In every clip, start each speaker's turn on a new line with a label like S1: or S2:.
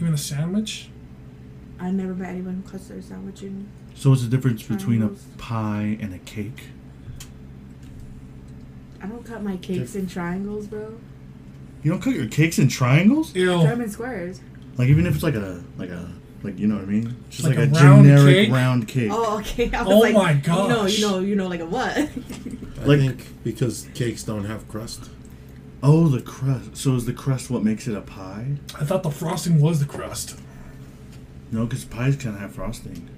S1: Even a sandwich?
S2: I never met anyone who cuts their sandwich in.
S3: So what's the difference between a
S2: Triangles.
S3: pie and a cake?
S2: I don't cut my cakes in triangles, bro.
S3: You don't cut your cakes in triangles?
S2: Cut them
S1: Ew.
S2: in squares.
S3: Like even if it's like a like a like you know what I mean? Just like,
S1: Like
S3: a,
S1: a round
S3: generic
S1: cake?
S3: round cake.
S2: Oh, okay. I was
S1: Oh
S2: like,
S1: my
S2: You know,
S1: gosh.
S2: you know, you know, like a what?
S4: I
S3: Like-
S4: think because cakes don't have crust.
S3: Oh, the crust. So is the crust what makes it a pie?
S1: I thought the frosting was the crust.
S3: No, because pies can have frosting.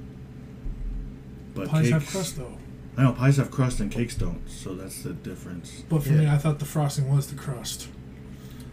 S3: But
S1: Pies
S3: cakes,
S1: have crust though.
S3: I know pies have crust and cakes don't. So that's the difference.
S1: But for me,
S4: Yeah.
S1: I thought the frosting was the crust.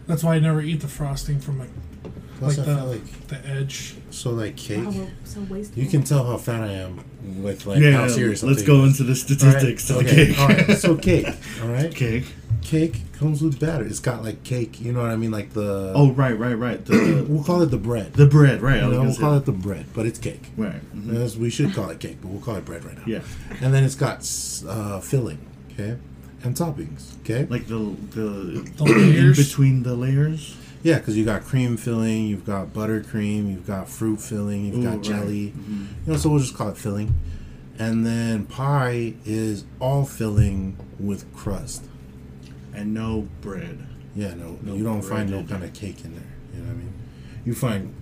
S1: That's why I never eat the frosting from like, like
S4: Plus, I
S1: the,
S4: feel like
S1: the edge.
S4: so like cake.
S2: Wow, we're Oh, so wasteful.
S4: You can tell how fat I am with like
S3: yeah,
S4: how serious. I'm
S3: let's
S4: taking
S3: go
S4: this.
S3: into the
S4: All right,
S3: statistics of
S4: okay,
S3: cake.
S4: All right, so cake. All right,
S3: cake.
S4: cake comes with batter. It's got like cake. You know what I mean? Like the
S3: Oh, right, right, right. The
S4: we'll call it the bread.
S3: the bread, right? I
S4: you
S3: was
S4: know,
S3: gonna
S4: we'll
S3: say-
S4: call it the bread, but it's cake.
S3: right. mhm,
S4: As we should call it cake, but we'll call it bread right now.
S3: Yeah,
S4: And then it's got s- uh, filling, okay, and toppings, okay.
S3: like the the,
S1: The
S3: in
S1: layers.
S3: between the layers.
S4: Yeah, because you got cream filling, you've got buttercream, you've got fruit filling, you've
S3: Ooh,
S4: got
S3: right. Mm-hmm.
S4: jelly. You know, so we'll just call it filling. And then pie is all filling with crust.
S3: and no bread.
S4: Yeah, no,
S3: No
S4: you don't find no
S3: breaded.
S4: kind of cake in there. You know what I mean? You find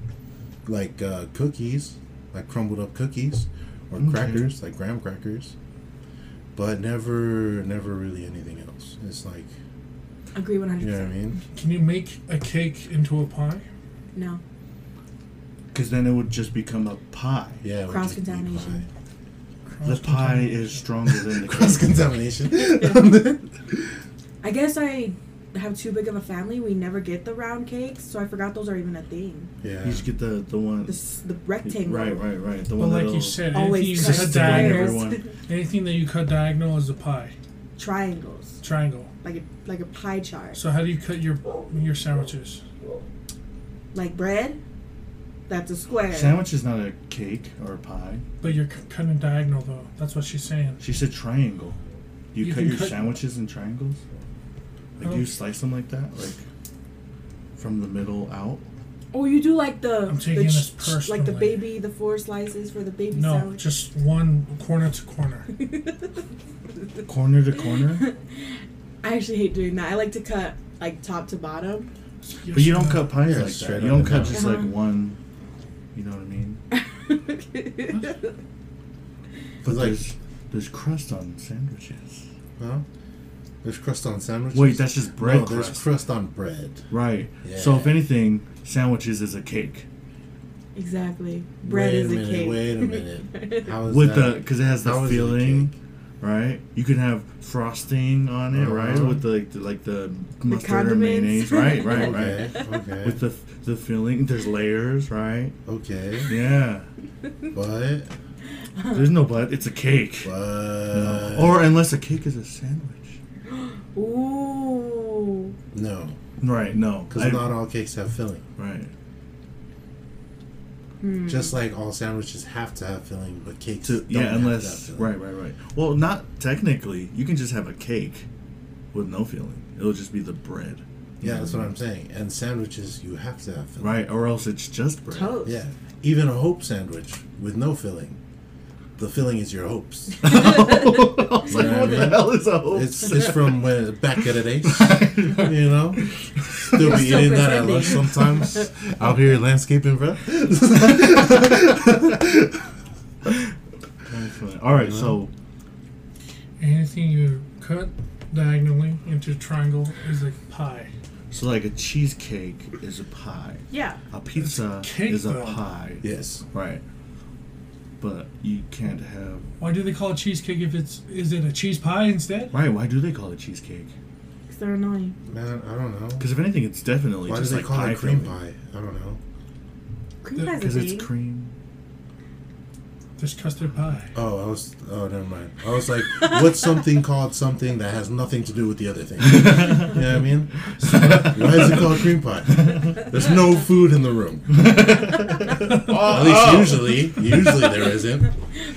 S4: like uh, cookies, like crumbled up cookies, or
S3: Okay.
S4: crackers, like graham crackers, but never, never really anything else. It's like,
S2: agree one
S4: you
S2: hundred
S4: know what I
S2: percent.
S4: mean?
S1: Can you make a cake into a pie?
S2: No,
S3: Because then it would just become a pie.
S4: Yeah, it would
S2: Cross
S4: just be pie.
S2: contamination.
S3: The pie is stronger than the
S4: Cross
S3: cake.
S4: contamination.
S2: I guess I have too big of a family. We never get the round cakes, so I forgot those are even a thing.
S4: yeah.
S3: You just get the the one.
S2: The s- the rectangle.
S3: Right, right, right. The
S1: But
S3: one
S1: like
S3: that'll-
S1: you said, anything you cut
S2: Always cut
S3: Just
S2: in
S3: sticking
S1: diagonal,
S2: squares,
S3: everyone.
S1: anything that you cut diagonal is a pie
S2: triangles,
S1: triangle.
S2: like a, like a pie chart,
S1: So how do you cut your your sandwiches?
S2: like bread. That's a square.
S3: Sandwich is not a cake or a pie.
S1: But you're c- cutting diagonal though. That's what she's saying.
S3: She said triangle. You,
S1: You
S3: cut
S1: can
S3: your
S1: cut-
S3: sandwiches in triangles. Like
S1: Oh.
S3: do you slice them like that, like from the middle out.
S2: Or you do like the
S1: I'm taking
S2: the
S1: this
S2: ch- ch- like the
S1: personally.
S2: baby, the four slices for the baby
S1: no,
S2: sandwich.
S1: just one corner to corner.
S3: Corner to corner,
S2: I actually hate doing that. I like to cut like top to bottom.
S3: but you don't cut pies
S4: Yeah,
S3: like
S4: straight
S3: that. You
S4: up
S3: don't
S4: and
S3: cut
S4: down.
S3: just
S2: Uh-huh.
S3: like one. You know what I mean? But
S4: like-
S3: there's there's crust on sandwiches.
S4: Huh? There's crust on sandwiches.
S3: Wait, that's just bread
S4: no, there's
S3: crust.
S4: crust on bread.
S3: Right. So if
S4: Yeah.
S3: anything, sandwiches is a cake
S2: exactly. Bread
S4: wait
S2: is
S4: a minute,
S2: a cake.
S4: Wait a minute. How is
S3: with the
S4: that?
S3: because it has the
S4: How is it a
S3: filling,
S4: cake?
S3: right? You can have frosting on it, right?
S4: Uh-huh.
S3: With the like the, like the mustard or
S2: condiments.
S3: mayonnaise, right? Right? Right?
S4: Okay. Okay.
S3: With the the filling, there's layers, right?
S4: okay.
S3: Yeah.
S4: But
S3: There's no but. It's a cake.
S4: but
S3: No. Or unless a cake is a sandwich.
S2: Ooh.
S4: no,
S3: Right. No.
S4: because
S3: I-
S4: not all cakes have filling.
S3: Right.
S2: Hmm.
S4: Just like all sandwiches have to have filling, but cakes
S3: To,
S4: don't
S3: yeah,
S4: have
S3: unless
S4: to have
S3: right,
S4: filling.
S3: right, right. Well, not technically. You can just have a cake with no filling. It'll just be the bread,
S4: Yeah, that's what I'm saying. And sandwiches, you have to have filling.
S3: right? Or else it's just bread.
S2: toast.
S4: Yeah. Even a hope sandwich with no filling, the filling is your hopes.
S3: I was like,
S4: You know
S3: what
S4: what I
S3: the
S4: mean?
S3: hell is a hope?
S4: It's it's from when back of the day.
S3: Right.
S4: You know, still be
S2: Still
S4: eating that at
S2: pretending.
S4: lunch sometimes. Out here landscaping, bro.
S3: All right, so
S1: Anything you cut diagonally into a triangle is a pie.
S3: so like a cheesecake is a pie.
S2: Yeah.
S3: A pizza
S1: cake,
S3: is a
S1: though.
S3: pie.
S4: Yes.
S3: Right. But you can't have
S1: Why do they call it cheesecake if it's is it a cheese pie instead?
S3: right. Why do they call it cheesecake?
S2: 'Cause they're annoying.
S4: Man, I don't know.
S3: Because if anything, it's definitely
S4: Why do
S3: just
S4: they
S3: like
S4: call
S3: pie
S4: it cream
S3: filling.
S4: pie? I don't know.
S2: Cream pie's
S3: Because
S2: a
S3: it's
S2: thing.
S3: cream.
S1: There's custard pie.
S4: Oh, I was. Oh, never mind. I was like, what's something called something that has nothing to do with the other thing? You know what I mean? Why is it called cream pie? There's no food in the room. At least
S3: Oh.
S4: usually, usually there isn't.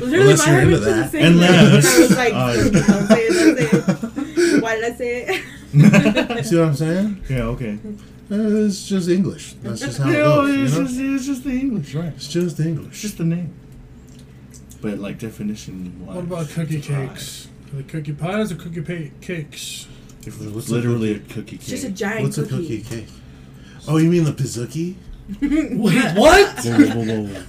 S2: Literally,
S4: Unless
S2: my
S4: you're into
S2: husband said
S4: that.
S2: the same
S3: Unless-
S2: thing. And I was like,
S3: Oh,
S2: don't say it, don't say it. Why did I say it?
S4: See what I'm saying?
S3: yeah. Okay.
S4: Uh, it's just English. That's just how it
S3: Yeah,
S4: goes. you know?
S3: it's just the English, right?
S4: It's just
S3: It's
S4: English.
S3: just the name. But like definition wise.
S1: What about cookie
S3: it's a pie.
S1: cakes? Are they cookie pies or cookie pa- cakes?
S3: If
S4: What's
S3: it's
S4: a
S3: literally a cookie cake.
S2: It's just a giant
S4: What's a cookie
S2: cookie.
S4: cake? Oh, you mean the pizookie?
S1: Wait, what?
S3: whoa, whoa, whoa, whoa, whoa, whoa, whoa,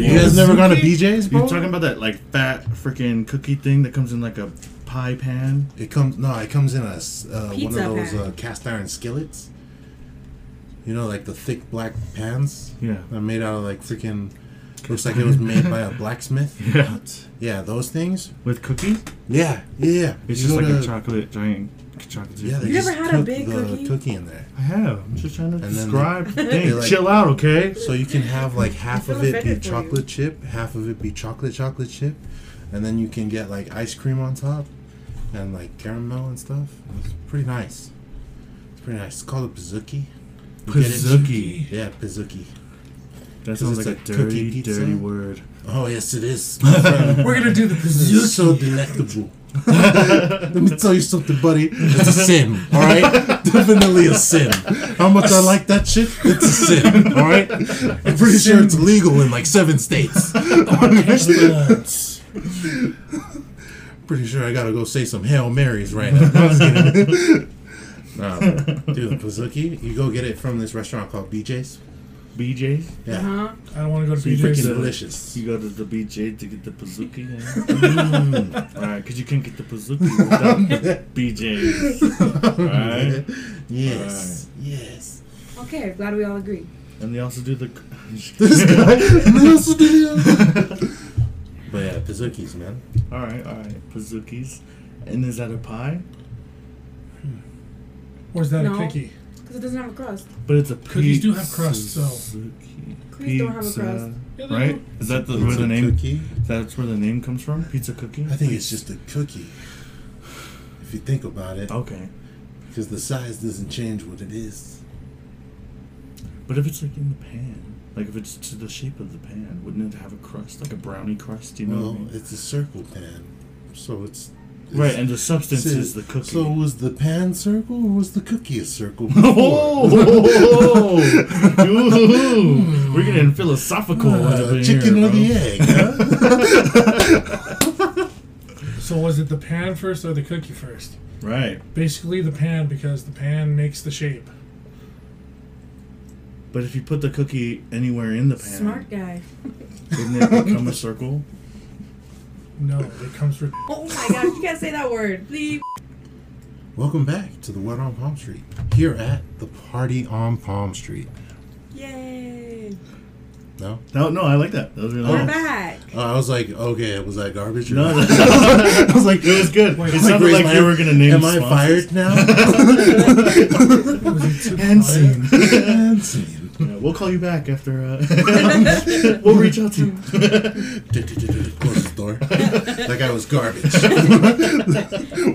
S3: whoa,
S4: you guys
S3: whoa.
S4: never gone to BJ's, bro?
S3: You're talking about that like fat freaking cookie thing that comes in like a pie pan.
S4: It comes no, it comes in a s- uh, one
S2: Pizza
S4: of those
S2: pan.
S4: uh, cast iron skillets. You know, like the thick black pans.
S3: Yeah.
S4: They're made out of like freaking. Looks like it was made by a blacksmith.
S3: Yeah.
S4: Yeah, those things.
S3: With cookies,
S4: Yeah, yeah. yeah.
S3: it's just
S4: You go
S3: like a
S4: to-
S3: chocolate giant chocolate.
S4: Yeah,
S3: chip.
S4: they
S2: You never
S4: just
S2: had a
S4: cook
S2: big
S4: the
S2: cookie?
S4: in there,
S3: I have. I'm just trying to
S4: then they-
S3: describe. Hey,
S4: they, like-
S3: chill out, okay?
S4: so you can have like half
S2: feel
S4: of it be
S2: offended for you.
S4: chocolate chip, half of it be chocolate chocolate chip, and then you can get like ice cream on top, and like caramel and stuff. It's pretty nice. It's pretty nice. It's called a pizookie. You get it?
S3: Pizookie.
S4: Yeah, pizookie.
S3: That
S4: 'Cause
S3: sounds
S4: it's
S3: like a
S4: a cookie
S3: dirty,
S4: pizza.
S3: dirty word.
S4: Oh yes, it is.
S1: We're gonna do the pizookie.
S4: It's so delectable. Let me tell you something, buddy. It's a sin, all right? Definitely a sin. How much I like that shit? It's a sin, all right? I'm pretty sure it's legal in like seven states. pretty sure I gotta go say some Hail Marys right now. No, I'm just kidding. Nah, dude, the Pazuki, you go get it from this restaurant called BJ's.
S3: BJ.
S4: Yeah,
S2: Huh?
S1: I don't want to go to
S4: freaking
S1: BJ's.
S4: delicious.
S3: You go to the BJ to get the pizookie. mm. All right, because you can't get the pizookie without BJ's. Right.
S4: Yes, yes.
S2: Okay, glad we all agree.
S3: And they also do the.
S4: This guy, this dude. But yeah, Pizookies, man.
S3: all right, all right, pizookies. And is that a pie?
S1: Or is that
S2: No.
S1: a cookie?
S2: Because it doesn't have a crust.
S3: But it's a
S1: Cookies do have
S3: pizza-
S1: crust, so-
S3: Pizookie.
S2: Cookies don't have a crust.
S1: Yeah, they
S3: Right?
S1: do.
S3: Is that the,
S4: It's
S3: where
S4: a
S3: the name?
S4: Cookie.
S3: That's where the name comes from. Pizza cookie.
S4: I think it's just a cookie. If you think about it,
S3: Okay,
S4: because the size doesn't change what it is.
S3: but if it's like in the pan, like if it's to the shape of the pan, wouldn't it have a crust, like a brownie crust? You know. what I
S4: Well,
S3: mean?
S4: it's a circle pan, so it's. it's-
S3: Right, and the substance
S4: so-
S3: is the cookie.
S4: So was the pan circle or was the cookie a circle?
S3: Oh, Ooh. we're getting philosophical. up
S4: Uh,
S3: in
S4: chicken
S3: here,
S4: or the
S3: bro.
S4: egg? Huh?
S1: So was it the pan first or the cookie first?
S3: Right,
S1: Basically, the pan because the pan makes the shape.
S3: but if you put the cookie anywhere in the pan,
S2: Smart guy.
S3: wouldn't it become a circle?
S1: No, it comes from.
S2: Oh my gosh, you can't say that word. Please.
S4: Welcome back to the Wet on Palm Street. Here at the party on Palm Street.
S2: Yay.
S4: No,
S3: No, no, I like that. That was really
S2: We're
S3: nice.
S2: back.
S4: Uh, I was like, okay, was that garbage? Or
S3: No,
S4: not?
S3: that- I was like, it was good.
S1: Wait,
S3: it
S1: I'm
S4: Like,
S3: sounded
S4: raise
S3: like
S4: my
S3: you
S4: hand.
S3: were gonna name.
S4: Am I fired now?
S3: Hanson.
S4: Hanson.
S3: Yeah, we'll call you back after. Uh, we'll reach out to you.
S4: Close the door. That guy was garbage.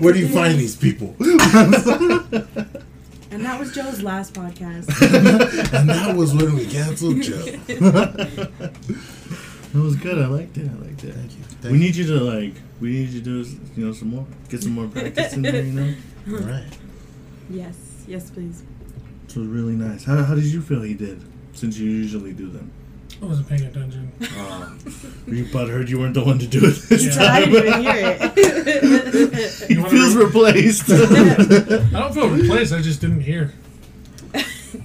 S4: Where do you find these people?
S2: And that was Joe's last podcast.
S4: and that was when we canceled Joe.
S3: That was good. I liked it. I liked it.
S4: Thank you. Thank
S3: We need you to like. We need you to do s- you know some more. Get some more practice in there. You know.
S4: you. All right.
S2: yes. Yes, please.
S3: It was really nice. How, how did you feel he did? Since you usually do them.
S1: I wasn't paying attention.
S3: Um, you butthurd you weren't the one to do it this
S1: Yeah.
S2: So I
S3: time.
S2: didn't even hear it.
S3: he feels replaced.
S1: I don't feel replaced. I just didn't hear.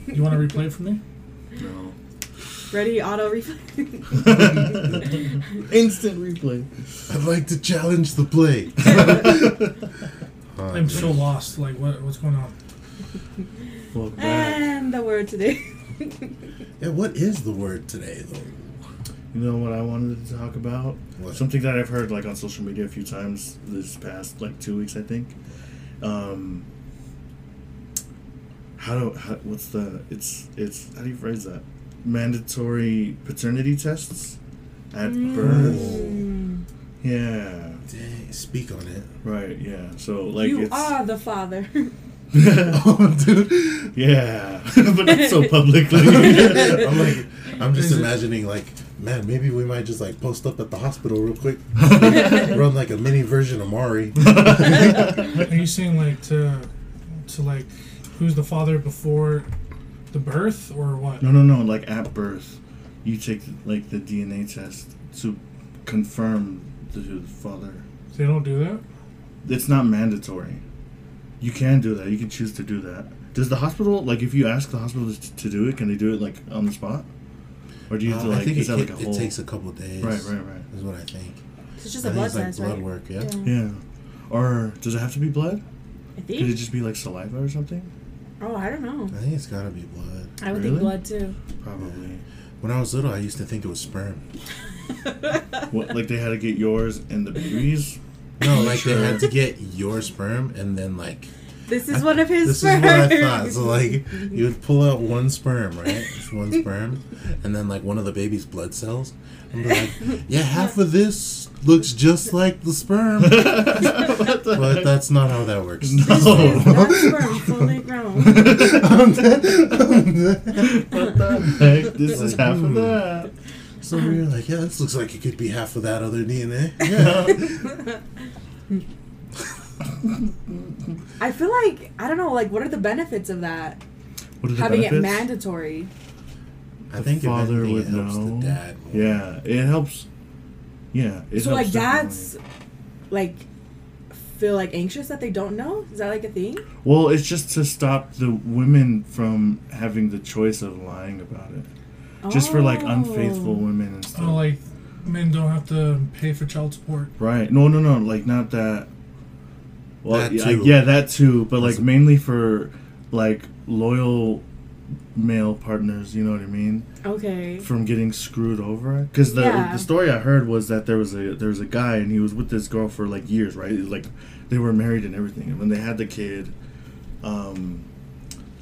S1: You want to replay it for me?
S3: no.
S2: Ready, auto replay.
S3: Instant replay.
S4: I'd like to challenge the play.
S3: Oh,
S1: I'm so lost. Like, what what's going on?
S3: Well, back.
S2: and the word today.
S4: Yeah, what is the word today, though?
S3: You know what I wanted to talk about?
S4: What?
S3: Something that I've heard like on social media a few times this past like two weeks, I think. Um, how do how, what's the it's it's how do you phrase that? Mandatory paternity tests at birth.
S2: Mm.
S3: Yeah.
S4: Dang, speak on it.
S3: Right. Yeah. So like
S2: you
S3: it's
S2: are the father.
S4: Oh, dude.
S3: yeah, but not so publicly.
S4: I'm like, I'm just
S1: Is it-
S4: imagining like, man, maybe we might just like post up at the hospital real quick, run like a mini version of Mari.
S1: Are you saying like to to like who's the father before the birth or what?
S3: no, no, no. Like at birth, you take like the DNA test to confirm the father.
S1: They don't do that.
S3: It's not mandatory. You can do that. You can choose to do that. Does the hospital like if you ask the hospital to, to do it, can they do it like on the spot, or do you have
S4: Uh,
S3: to like
S4: I think
S3: is
S4: it,
S3: that like a
S4: ca- it
S3: whole
S4: takes a couple days.
S3: right right right
S4: Is what I think.
S2: It's just
S4: I
S2: a
S4: think
S2: blood
S4: it's like
S2: test,
S4: blood
S2: right?
S4: work, yeah.
S3: yeah, or does it have to be blood?
S2: I
S3: Could it
S2: think.
S3: just be like saliva or something?
S2: Oh, I don't know.
S4: I think it's gotta be blood.
S2: I would
S3: Really?
S2: think blood too.
S3: Probably.
S4: When I was little, I used to think it was sperm.
S3: What like they had to get yours and the babies?
S4: No, like
S3: Sure.
S4: they had to get your sperm and then like
S2: This is one of his.
S4: this is what I thought. So like you would pull out one sperm, right? Just one sperm, and then like one of the baby's blood cells, and be like, yeah, half of this looks just like the sperm,
S3: What the
S4: but
S3: heck?
S4: that's not how that works.
S2: This
S4: Oh.
S2: is
S3: No.
S2: not sperm, fully grown.
S4: I'm dead. I'm dead.
S3: What the heck? This is half of that.
S4: So we were like, yeah, this looks like it could be half of that other DNA. Yeah.
S2: I feel like I don't know. Like, what are the benefits of that?
S3: What are the
S2: Having it
S3: benefits?
S2: mandatory.
S4: I think
S3: the
S4: if
S3: father
S4: anything,
S3: would
S4: it helps
S3: know.
S4: the dad. more.
S3: Yeah, it helps. Yeah, it
S2: so
S3: helps
S2: like dads, like, feel like anxious that they don't know. Is that like a thing?
S3: definitely. Well, it's just to stop the women from having the choice of lying about it, just for like
S2: Oh.
S3: unfaithful women and stuff.
S1: Oh, like men don't have to pay for child support.
S3: Right. No, no, no. Like not that. Well,
S4: That
S3: yeah,
S4: too.
S3: yeah, that too. But like
S4: That's a-
S3: mainly for like loyal male partners. You know what I mean?
S2: Okay.
S3: From getting screwed over. Because the
S2: Yeah.
S3: the story I heard was that there was a there was a guy and he was with this girl for like years. Right. Like they were married and everything. And when they had the kid, um,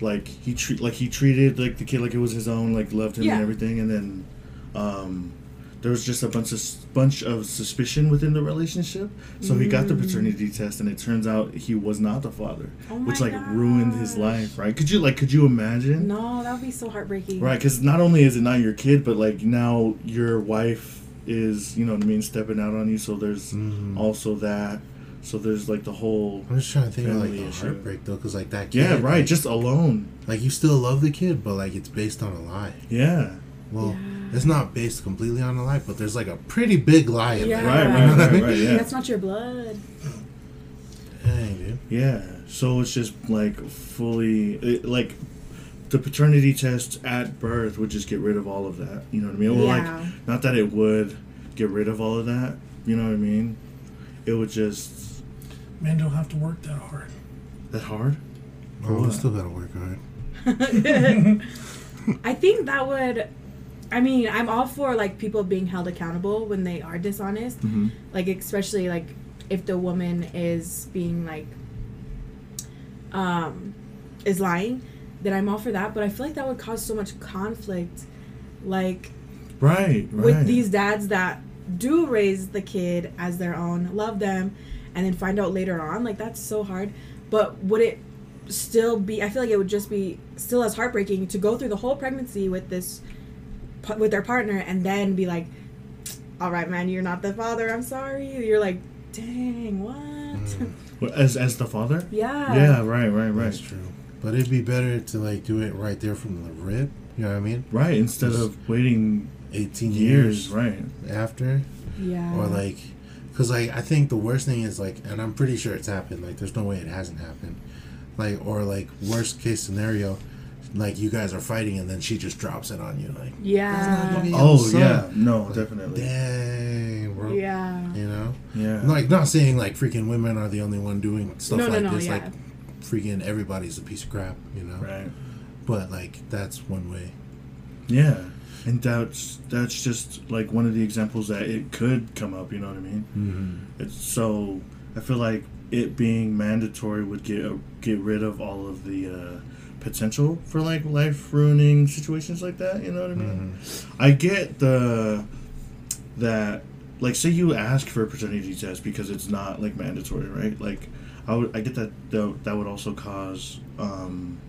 S3: like he treat like he treated like the kid like it was his own. Like loved him
S2: Yeah.
S3: and everything. And then, um there was just a bunch of bunch of suspicion within the relationship. So he got the paternity test, and it turns out he was not the father,
S2: Mm. Oh
S3: which
S2: my
S3: like ruined his
S2: gosh.
S3: life. Right? Could you like could you imagine?
S2: No, that would be so heartbreaking.
S3: Right? Because not only is it not your kid, but like now your wife is you know what I mean stepping out on you. So there's
S4: Mhm.
S3: also that. So there's like the whole
S4: I'm just trying to think of like
S3: Family
S4: the
S3: issue.
S4: heartbreak though, because like that kid.
S3: yeah right
S4: like-
S3: just alone
S4: Like you still love the kid, but like it's based on a lie.
S3: yeah
S4: Well, it's not based completely on a lie, but there's like a pretty big lie in
S2: Yeah.
S4: there.
S3: right right right right yeah
S2: That's not your blood.
S4: Dang, dude.
S3: Yeah, so it's just like fully it, like the paternity test at birth would just get rid of all of that. You know what I mean? Well,
S2: Yeah.
S3: like not that it would get rid of all of that. You know what I mean? It would just
S1: Men don't have to work that hard.
S3: that hard.
S4: Oh, we
S3: what?
S4: still gotta work hard.
S2: I think that would. I mean, I'm all for like people being held accountable when they are dishonest.
S3: Mhm.
S2: Like especially like if the woman is being like um is lying, then I'm all for that, but I feel like that would cause so much conflict like
S3: Right, right.
S2: with these dads that do raise the kid as their own, love them, and then find out later on, like that's so hard. But would it still be? I feel like it would just be still as heartbreaking to go through the whole pregnancy with this, pa- with their partner, and then be like, "All right, man, you're not the father. I'm sorry." You're like, "Dang, what?"
S4: Mm.
S3: as as the father.
S2: yeah.
S3: Yeah, right, right,
S4: That's
S3: right,
S4: true. But it'd be better to like do it right there from the rip. You know what I mean?
S3: right. Instead of waiting
S4: 18
S3: years,
S4: years,
S3: right?
S4: after,
S2: Yeah.
S4: or like, because like I think the worst thing is like, and I'm pretty sure it's happened. Like, there's no way it hasn't happened. Like, or like worst case scenario, like you guys are fighting and then she just drops it on you. Like,
S2: yeah.
S4: "That's not your
S3: Oh
S4: son."
S3: yeah, no, definitely.
S4: Dang, bro.
S2: yeah.
S4: You know,
S3: Yeah,
S4: like not saying like freaking women are the only one doing stuff
S2: No, no,
S4: like
S2: no,
S4: this.
S2: yeah.
S4: Like, freaking everybody's a piece of crap. You know,
S3: right.
S4: but like that's one way.
S3: Yeah, and that's that's just like one of the examples that it could come up. You know what I mean? Mm-hmm. It's, so I feel like it being mandatory would get uh, get rid of all of the uh, potential for like life ruining situations like that. You know what I
S4: Mm-hmm.
S3: mean? I get the that like say you ask for a paternity test because it's not like mandatory, right? Like I would I get that that, that would also cause. Um,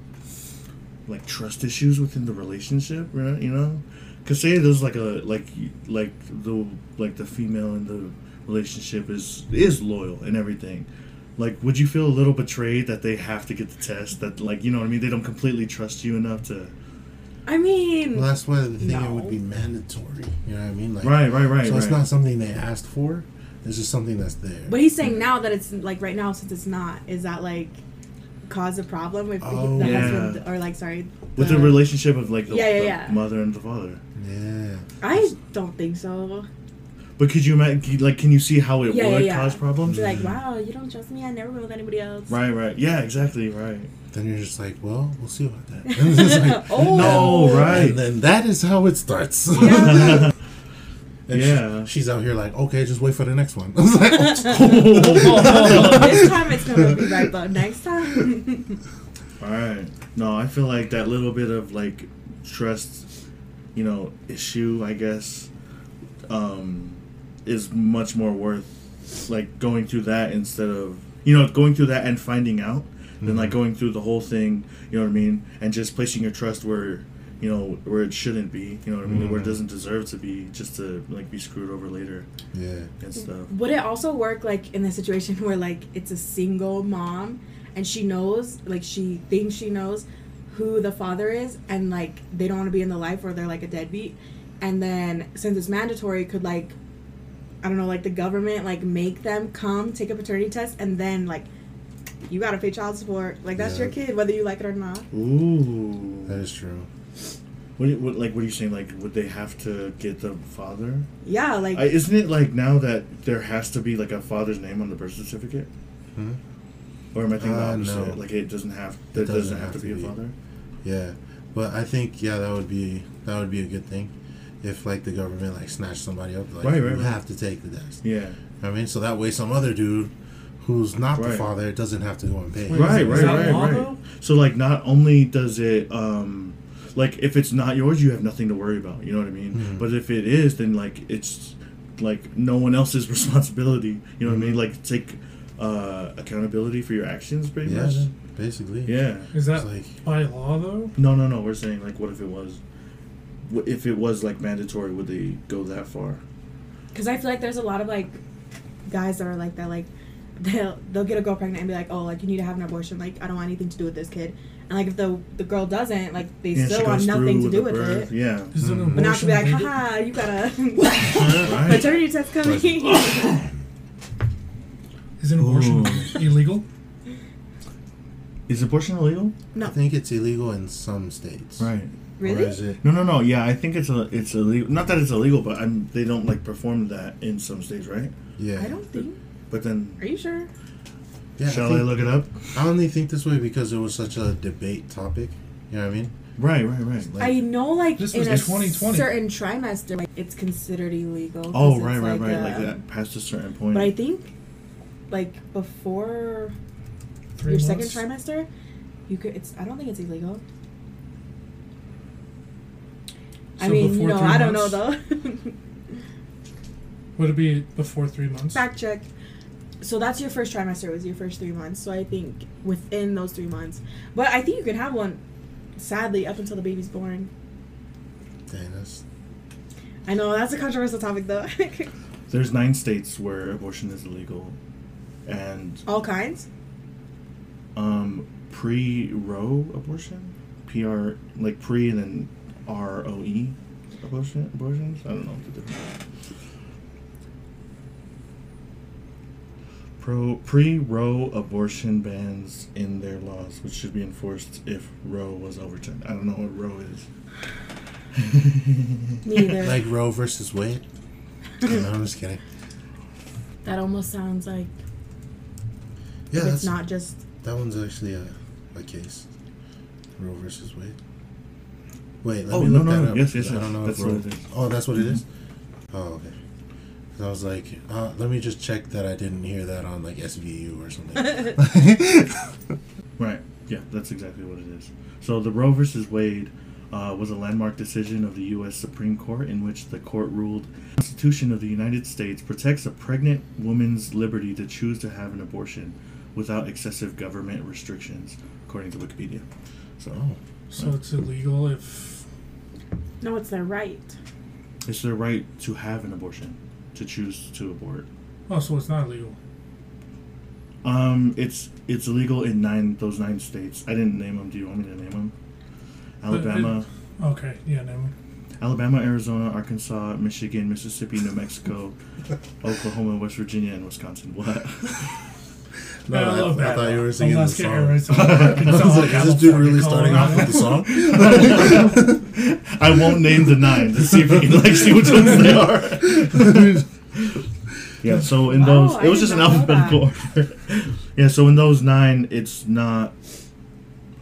S3: like trust issues within the relationship, right? You know, because say there's like a like y- like the like the female in the relationship is is loyal and everything. Like, would you feel a little betrayed that they have to get the test? That like you know what I mean? They don't completely trust you enough to
S2: I mean,
S4: Well, that's why the thing it would
S2: No.
S4: be mandatory. You know what I mean? Like,
S3: Right, right, right,
S4: So it's
S3: right.
S4: not something they asked for. It's just something that's there.
S2: but he's saying now that it's like right now since it's not, is that like cause a problem if the-
S4: Oh,
S2: the
S3: yeah.
S2: husband or like sorry
S3: With the relationship of like the,
S2: Uh-huh. Yeah, yeah,
S3: the
S2: yeah.
S3: mother and the father.
S4: yeah.
S2: I don't think so.
S3: But could you imagine? Like, can you see how it
S2: Yeah, yeah,
S3: would
S2: yeah.
S3: cause problems?
S2: Be like, wow, you don't trust me. I never go with anybody else.
S3: Right, right. Yeah, exactly. Right.
S4: Then you're just like, well, we'll see about that. And it's like-
S2: Oh.
S3: No, Oh, right.
S4: And then that is how it starts.
S2: Yeah.
S4: And
S3: Yeah.
S4: She, she's out here like, okay, just wait for the next one. I was like, oh,
S2: this time it's gonna be right, but next time.
S3: All right. No, I feel like that little bit of like trust, you know, issue, I guess, um, is much more worth like going through that instead of you know going through that and finding out than like going through the whole thing. You know what I mean? And just placing your trust where you know where it shouldn't be. You know what I mean? Where it doesn't deserve to be, just to like be screwed over later
S4: yeah.
S3: and stuff.
S2: Would it also work like in the situation where like it's a single mom and she knows, like she thinks she knows who the father is and like they don't want to be in the life or they're like a deadbeat and then since it's mandatory could like I don't know, like the government like make them come take a paternity test and then like you gotta pay child support. Like that's
S4: Yeah.
S2: your kid, whether you like it or not.
S3: Ooh.
S4: That is true.
S3: What, do you- what like what are you saying? Like would they have to get the father?
S2: Yeah, like
S3: I, isn't it like now that there has to be like a father's name on the birth certificate?
S4: Hmm?
S3: Or am I thinking the
S4: Uh,
S3: opposite?
S4: no.
S3: Like it doesn't have there doesn't, have, to be, a father.
S4: Yeah, but I think yeah, that would be that would be a good thing, if like the government like snatched somebody up, like
S3: Right, right,
S4: you
S3: right.
S4: have to take the test.
S3: Yeah.
S4: I mean, so that way some other dude, who's not the
S3: Right.
S4: father, doesn't have to go and pay.
S3: Right,
S1: is
S3: right,
S1: that
S3: right,
S1: law,
S3: right.
S1: though?
S3: So like not only does it um like if it's not yours you have nothing to worry about, you know what I mean? But if it is then like it's like no one else's responsibility. You know what I mean? Like take uh accountability for your actions pretty
S4: Yeah,
S3: much.
S4: basically.
S3: Yeah.
S1: Is
S4: It's
S1: that
S4: like
S1: by law though?
S3: No, no, no. We're saying like, what if it was, wh- if it was like mandatory, would they go that far?
S2: Because I feel like there's a lot of like guys that are like that, like they'll they'll get a girl pregnant and be like, oh, like you need to have an abortion. Like I don't want anything to do with this kid. And like if the the girl doesn't, like they
S3: Yeah, she
S2: still want
S3: goes
S2: nothing to
S3: through
S2: do
S3: the
S2: with
S3: birth,
S2: it.
S3: Yeah.
S1: Is
S4: Mm-hmm.
S1: an
S2: But not
S1: abortion
S2: to be like,
S1: legal?
S2: haha, you got a
S3: right.
S2: maternity test coming.
S1: Is an abortion
S3: Ooh.
S1: illegal?
S3: Is abortion illegal?
S4: I
S2: no,
S4: think it's illegal in some states.
S3: Right.
S4: Or is
S2: really?
S4: it?
S3: No, no, no. Yeah, I think it's a, it's illegal. Not that it's illegal, but I'm, they don't like perform that in some states, right?
S4: Yeah.
S2: I don't think.
S3: But then,
S2: Are you sure?
S4: yeah,
S3: shall
S4: I,
S3: I
S4: think-
S3: look it up?
S4: I only think this way because it was such a debate topic. You know what I mean?
S3: Right, right, right.
S4: Like,
S2: I know, like
S1: This
S2: in
S1: was
S2: a
S1: 2020.
S2: certain trimester, like it's considered illegal. 'cause
S3: oh,
S2: it's
S3: right, right, right.
S2: a-
S3: like that past a certain point.
S2: But I think, like before
S1: Three
S2: your
S1: months?
S2: second trimester, you could. It's. I don't think it's illegal. I
S1: So
S2: mean,
S1: before
S2: you know,
S1: three
S2: I don't know
S1: months?
S2: though.
S1: Would it be before three months?
S2: Fact check. So that's your first trimester. Was your first three months. So I think within those three months, but I think you can have one. Sadly, up until the baby's born.
S4: dang, that's
S2: I know that's a controversial topic though.
S3: There's nine states where abortion is illegal, and
S2: All kinds.
S3: um, pre-row abortion, PR like pre and then R O E abortion abortions. I don't know what the difference. is. Pro pre-row abortion bans in their laws, which should be enforced if Roe was overturned. I don't know what Roe is.
S2: Neither.
S4: like Roe versus Wade. no, I'm just kidding.
S2: that almost sounds like
S4: Yeah,
S2: if it's
S4: that's
S2: not just
S4: That one's actually a, a case. Roe versus Wade. Wait, let
S3: Oh,
S4: me
S3: no,
S4: look
S3: no,
S4: that
S3: no.
S4: up.
S3: Yes, yes,
S4: I don't
S3: yes.
S4: know
S3: That's
S4: if
S3: what
S4: Roe-
S3: it is. Mm-hmm.
S4: Oh, that's what it is? Oh, okay. 'Cause I was like, uh, let me just check that I didn't hear that on like SVU or Oh. something.
S3: Right. Yeah, that's exactly what it is. So the Roe versus Wade uh, was a landmark decision of the U.S. Supreme Court in which the court ruled the Constitution of the United States protects a pregnant woman's liberty to choose to have an abortion without excessive government restrictions, according to Wikipedia. So
S4: oh,
S1: So it's illegal if
S2: no, it's their right.
S3: it's their right to have an abortion, to choose to abort.
S1: oh, so it's not illegal.
S3: Um, it's it's illegal in nine those nine states. I didn't name them. Do you want me to name them?
S1: But it-
S3: Alabama,
S1: Okay, yeah, never mind.
S3: Alabama, Arizona, Arkansas, Michigan, Mississippi, New Mexico, Oklahoma, West Virginia, and Wisconsin. What?
S4: No,
S1: I love that.
S4: thought you were singing the
S1: Alaska,
S4: song.
S1: Arizona,
S4: I
S1: Arkansas,
S4: was like, is this dude really
S1: California,
S4: starting off with the song?
S3: I won't name the nine. Let's see if we can like see which ones they are. yeah. So in
S2: Wow,
S3: those,
S2: Oh, I
S3: it was
S2: did
S3: just an
S2: not know
S3: alphabetical order. yeah. So in those nine, it's not,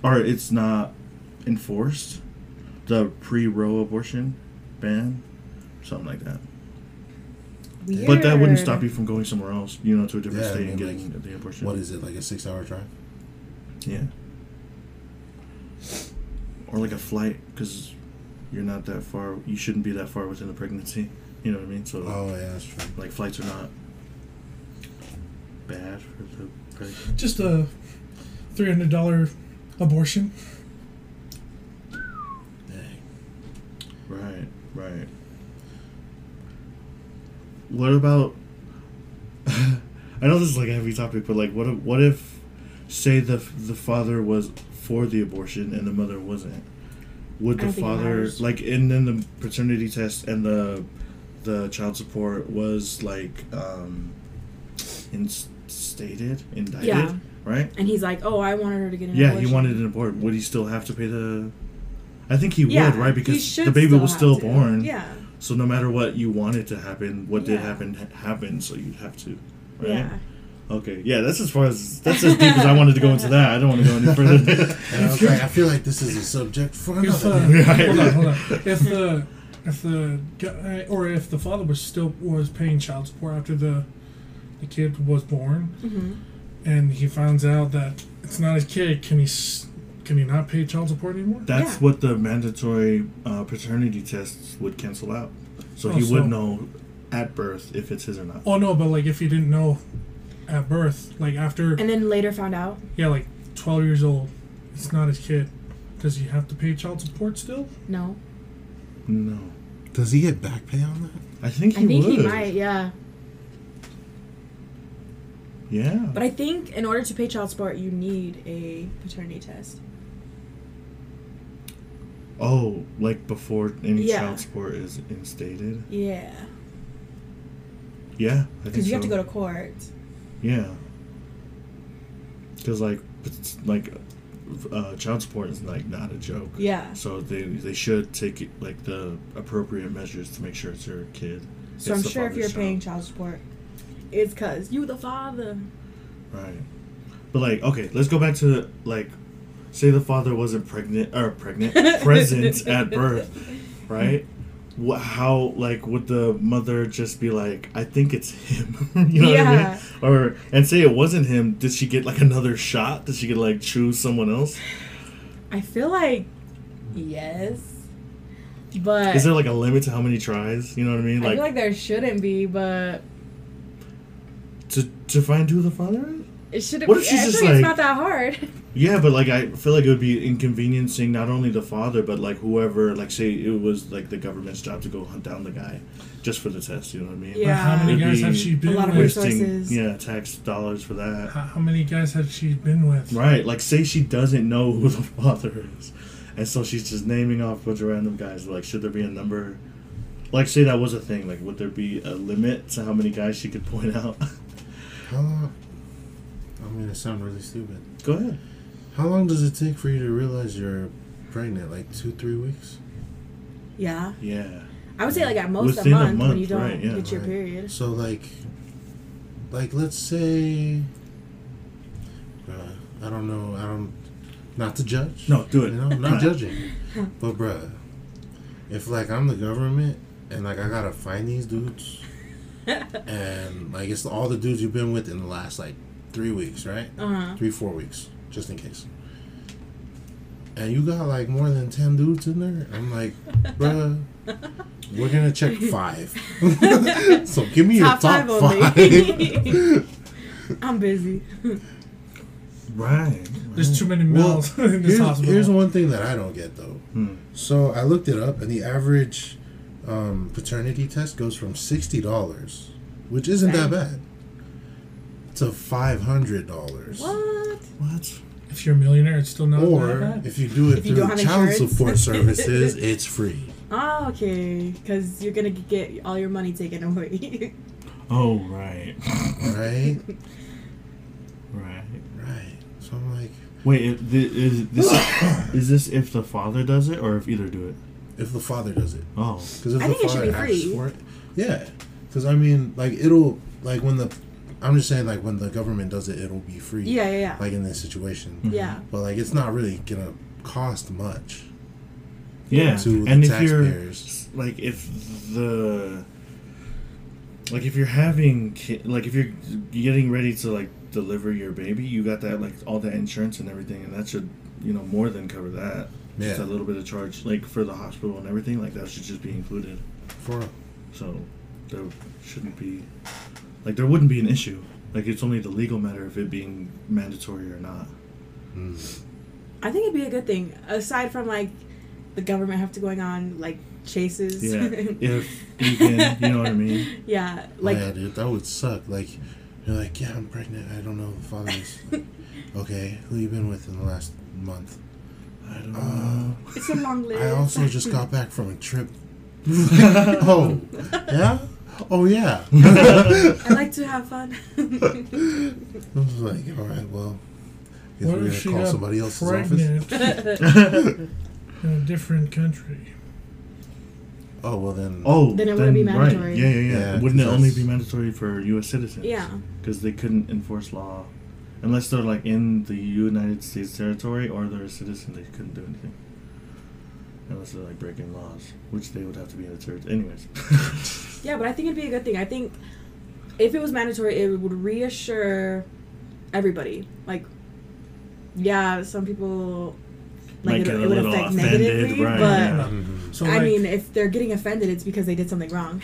S3: or it's not enforced. The pre-row abortion ban, something like that.
S2: Weird.
S3: But that wouldn't stop you from going somewhere else, you know, to a different
S4: Yeah, I
S3: state
S4: mean,
S3: and getting
S4: like,
S3: the abortion.
S4: What is it, like a six hour drive?
S3: Yeah. Or like a flight, because you're not that far. You shouldn't be that far within the pregnancy. You know what I mean? So,
S4: Oh, yeah, that's true.
S3: like, flights are not bad for the pregnancy.
S1: Just a three hundred dollar abortion.
S4: Dang.
S3: Right, right. What about? I know this is like a heavy topic, but like, what if, what if, say the the father was for the abortion and the mother wasn't? Would
S2: I don't
S3: the
S2: think it
S3: father
S2: matters.
S3: like, and then the paternity test and the the child support was like um instated, indicted,
S2: Yeah.
S3: right?
S2: And he's like, oh, I wanted her to get an
S3: Yeah,
S2: abortion.
S3: he wanted an abortion. Would he still have to pay the? I think he
S2: Yeah,
S3: would, right?
S2: he
S3: Because
S2: should
S3: the baby
S2: have
S3: was still
S2: to.
S3: born.
S2: Yeah.
S3: So no matter what you wanted to happen, what did
S2: Yeah.
S3: happen ha- happened. So you'd have to, right?
S2: Yeah.
S3: Okay. Yeah, that's as far as that's as deep as I wanted to go into that. I don't want to go any further.
S4: And I was like, I feel like this is a subject for
S1: If
S4: another
S1: uh,
S4: day.
S1: hold on, hold on. If the if the guy or if the father was still was paying child support after the the kid was born,
S2: Mm-hmm.
S1: and he finds out that it's not his kid, can he s- can he not pay child support anymore?
S3: that's
S2: Yeah.
S3: what the mandatory uh, paternity tests would cancel out. So
S1: Oh,
S3: he would
S1: so-
S3: know at birth if it's his or not.
S1: oh no, but like if he didn't know at birth, like after
S2: And then later found out.
S1: yeah, like twelve years old, it's not his kid. Does he have to pay child support still?
S2: No.
S3: No,
S4: Does he get back pay on that?
S3: I think he
S2: I think
S3: would.
S2: he might, yeah.
S3: Yeah.
S2: But I think in order to pay child support, you need a paternity test.
S3: oh, like before any
S2: Yeah.
S3: child support is instated.
S2: Yeah.
S3: Yeah, I think
S2: Because you have
S3: so.
S2: to go to court.
S3: Yeah. Because like, it's like, uh, child support is like not a joke.
S2: Yeah.
S3: So they they should take like the appropriate measures to make sure it's your kid.
S2: So
S3: It's
S2: I'm
S3: the
S2: sure if
S3: father's
S2: you're paying
S3: child.
S2: child support, it's because you the father.
S3: Right. But like, okay, let's go back to like, say the father wasn't pregnant or pregnant present at birth, right? What, how like would the mother just be like i think it's him you know
S2: Yeah.
S3: what i mean or and say it wasn't him did she get like another shot did she get like choose someone else
S2: I feel like yes, but
S3: Is there like a limit to how many tries? You know what I mean?
S2: I
S3: Like,
S2: feel like there shouldn't be. But
S3: to to find who the father is?
S2: it shouldn't.
S3: What
S2: be.
S3: if she's
S2: Actually,
S3: just
S2: it's
S3: like-
S2: not that hard.
S3: Yeah, but like I feel like it would be inconveniencing not only the father but like whoever like say it was like the government's job to go hunt down the guy just for the test, you know what I mean?
S1: Like, how
S2: Yeah.
S1: many
S3: It'd
S1: guys have
S3: be
S1: she been
S2: a lot of
S1: with?
S2: resources.
S3: Wasting yeah, tax dollars for that.
S1: How, how many guys have she been with?
S3: Right, like say she doesn't know who the father is. And so she's just naming off a bunch of random guys. Like, should there be a number? Like, say that was a thing. Like, would there be a limit to how many guys she could point out?
S4: How long? I'm going to sound really stupid.
S3: Go ahead.
S4: How long does it take for you to realize you're pregnant? Like two, three weeks?
S2: Yeah,
S3: Yeah.
S2: I would say like at most
S3: Within
S2: a
S3: a
S2: month, when
S3: month,
S2: you don't
S3: right, yeah,
S2: get your
S4: right.
S2: period.
S4: So like, like let's say, bruh, I don't know, I don't, not to judge.
S3: No, do it.
S4: You know, I'm
S3: Come on.
S4: not judging. But bruh, if like I'm the government and like I gotta find these dudes, and like it's all the dudes you've been with in the last like three weeks, right?
S2: Uh huh.
S4: Three, four weeks, just in case. And you got like more than ten dudes in there. I'm like, bruh, we're gonna check five. so give me
S2: Top five
S4: your top five.
S2: only. I'm busy.
S3: Right.
S1: There's too many
S4: Well,
S1: males in this
S4: here's,
S1: hospital.
S4: here's one thing that I don't get though.
S3: Hmm.
S4: So I looked it up, and the average um, paternity test goes from sixty dollars, which isn't that bad, to five hundred dollars.
S2: What?
S3: What?
S1: if you're a millionaire, it's still not that
S4: Or
S1: bad.
S4: if you do it
S2: If you
S4: through
S2: don't have
S4: child
S2: insurance.
S4: support services, it's free.
S2: Oh, okay. Because you're gonna get all your money taken away.
S3: Oh right,
S4: Right?
S3: right.
S4: Right. So I'm like,
S3: Wait, if thi- is this is this if the father does it or if either do it?
S4: if the father does it.
S3: Oh,
S4: Because if
S2: I
S4: the
S2: think it should
S4: father
S2: be
S4: asks
S2: free.
S4: for it, yeah. Because I mean, like it'll like when the, I'm just saying like when the government does it, it'll be free.
S2: yeah, yeah, yeah.
S4: Like in this situation,
S1: Mm-hmm.
S2: yeah.
S4: but like it's not really gonna cost much
S3: yeah.
S4: to
S3: and
S4: the
S3: if you're
S4: taxpayers.
S3: like if the like if you're having ki- like if you're getting ready to like deliver your baby you got that like all that insurance and everything and that should you know more than cover that just a
S4: Yeah,
S3: little bit of charge like for the hospital and everything like that should just be included
S4: for
S3: so there shouldn't be like there wouldn't be an issue like it's only the legal matter of it being mandatory or not
S4: mm,
S2: I think it'd be a good thing. Aside from like the government have to going on like chases.
S3: yeah if even you know what i mean
S2: Yeah, like
S4: Oh, yeah, dude, that would suck. Like you're like, yeah, I'm pregnant. I don't know who the father is. okay, who you been with in the last month?
S3: i don't
S4: Uh,
S3: know
S2: it's a long list.
S4: I also just got back from a trip. oh, yeah? Oh, yeah.
S2: I like to have fun.
S4: I was like, all right, well, I guess
S1: What if
S4: we're gonna
S1: she
S4: call
S1: got
S4: somebody else's office.
S1: pregnant in a different country?
S4: Oh well, then.
S3: oh
S2: Then it wouldn't be mandatory.
S3: right. yeah yeah yeah,
S4: Yeah,
S3: wouldn't it
S4: 'cause
S3: only be
S4: that's-
S3: mandatory for us citizens
S2: yeah,
S3: because they couldn't enforce law unless they're like in the united states territory or they're a citizen they couldn't do anything unless they're like breaking laws which they would have to be in the territory anyways
S2: yeah, but I think it'd be a good thing. I think if it was mandatory, it would reassure everybody. Like, yeah, some people
S3: Might
S2: like it,
S3: get a
S2: it would
S3: little
S2: affect
S3: offended,
S2: negatively,
S3: right,
S2: but.
S3: yeah.
S4: Mhm.
S1: So
S2: I
S1: like,
S2: mean, if they're getting offended, it's because they did something wrong.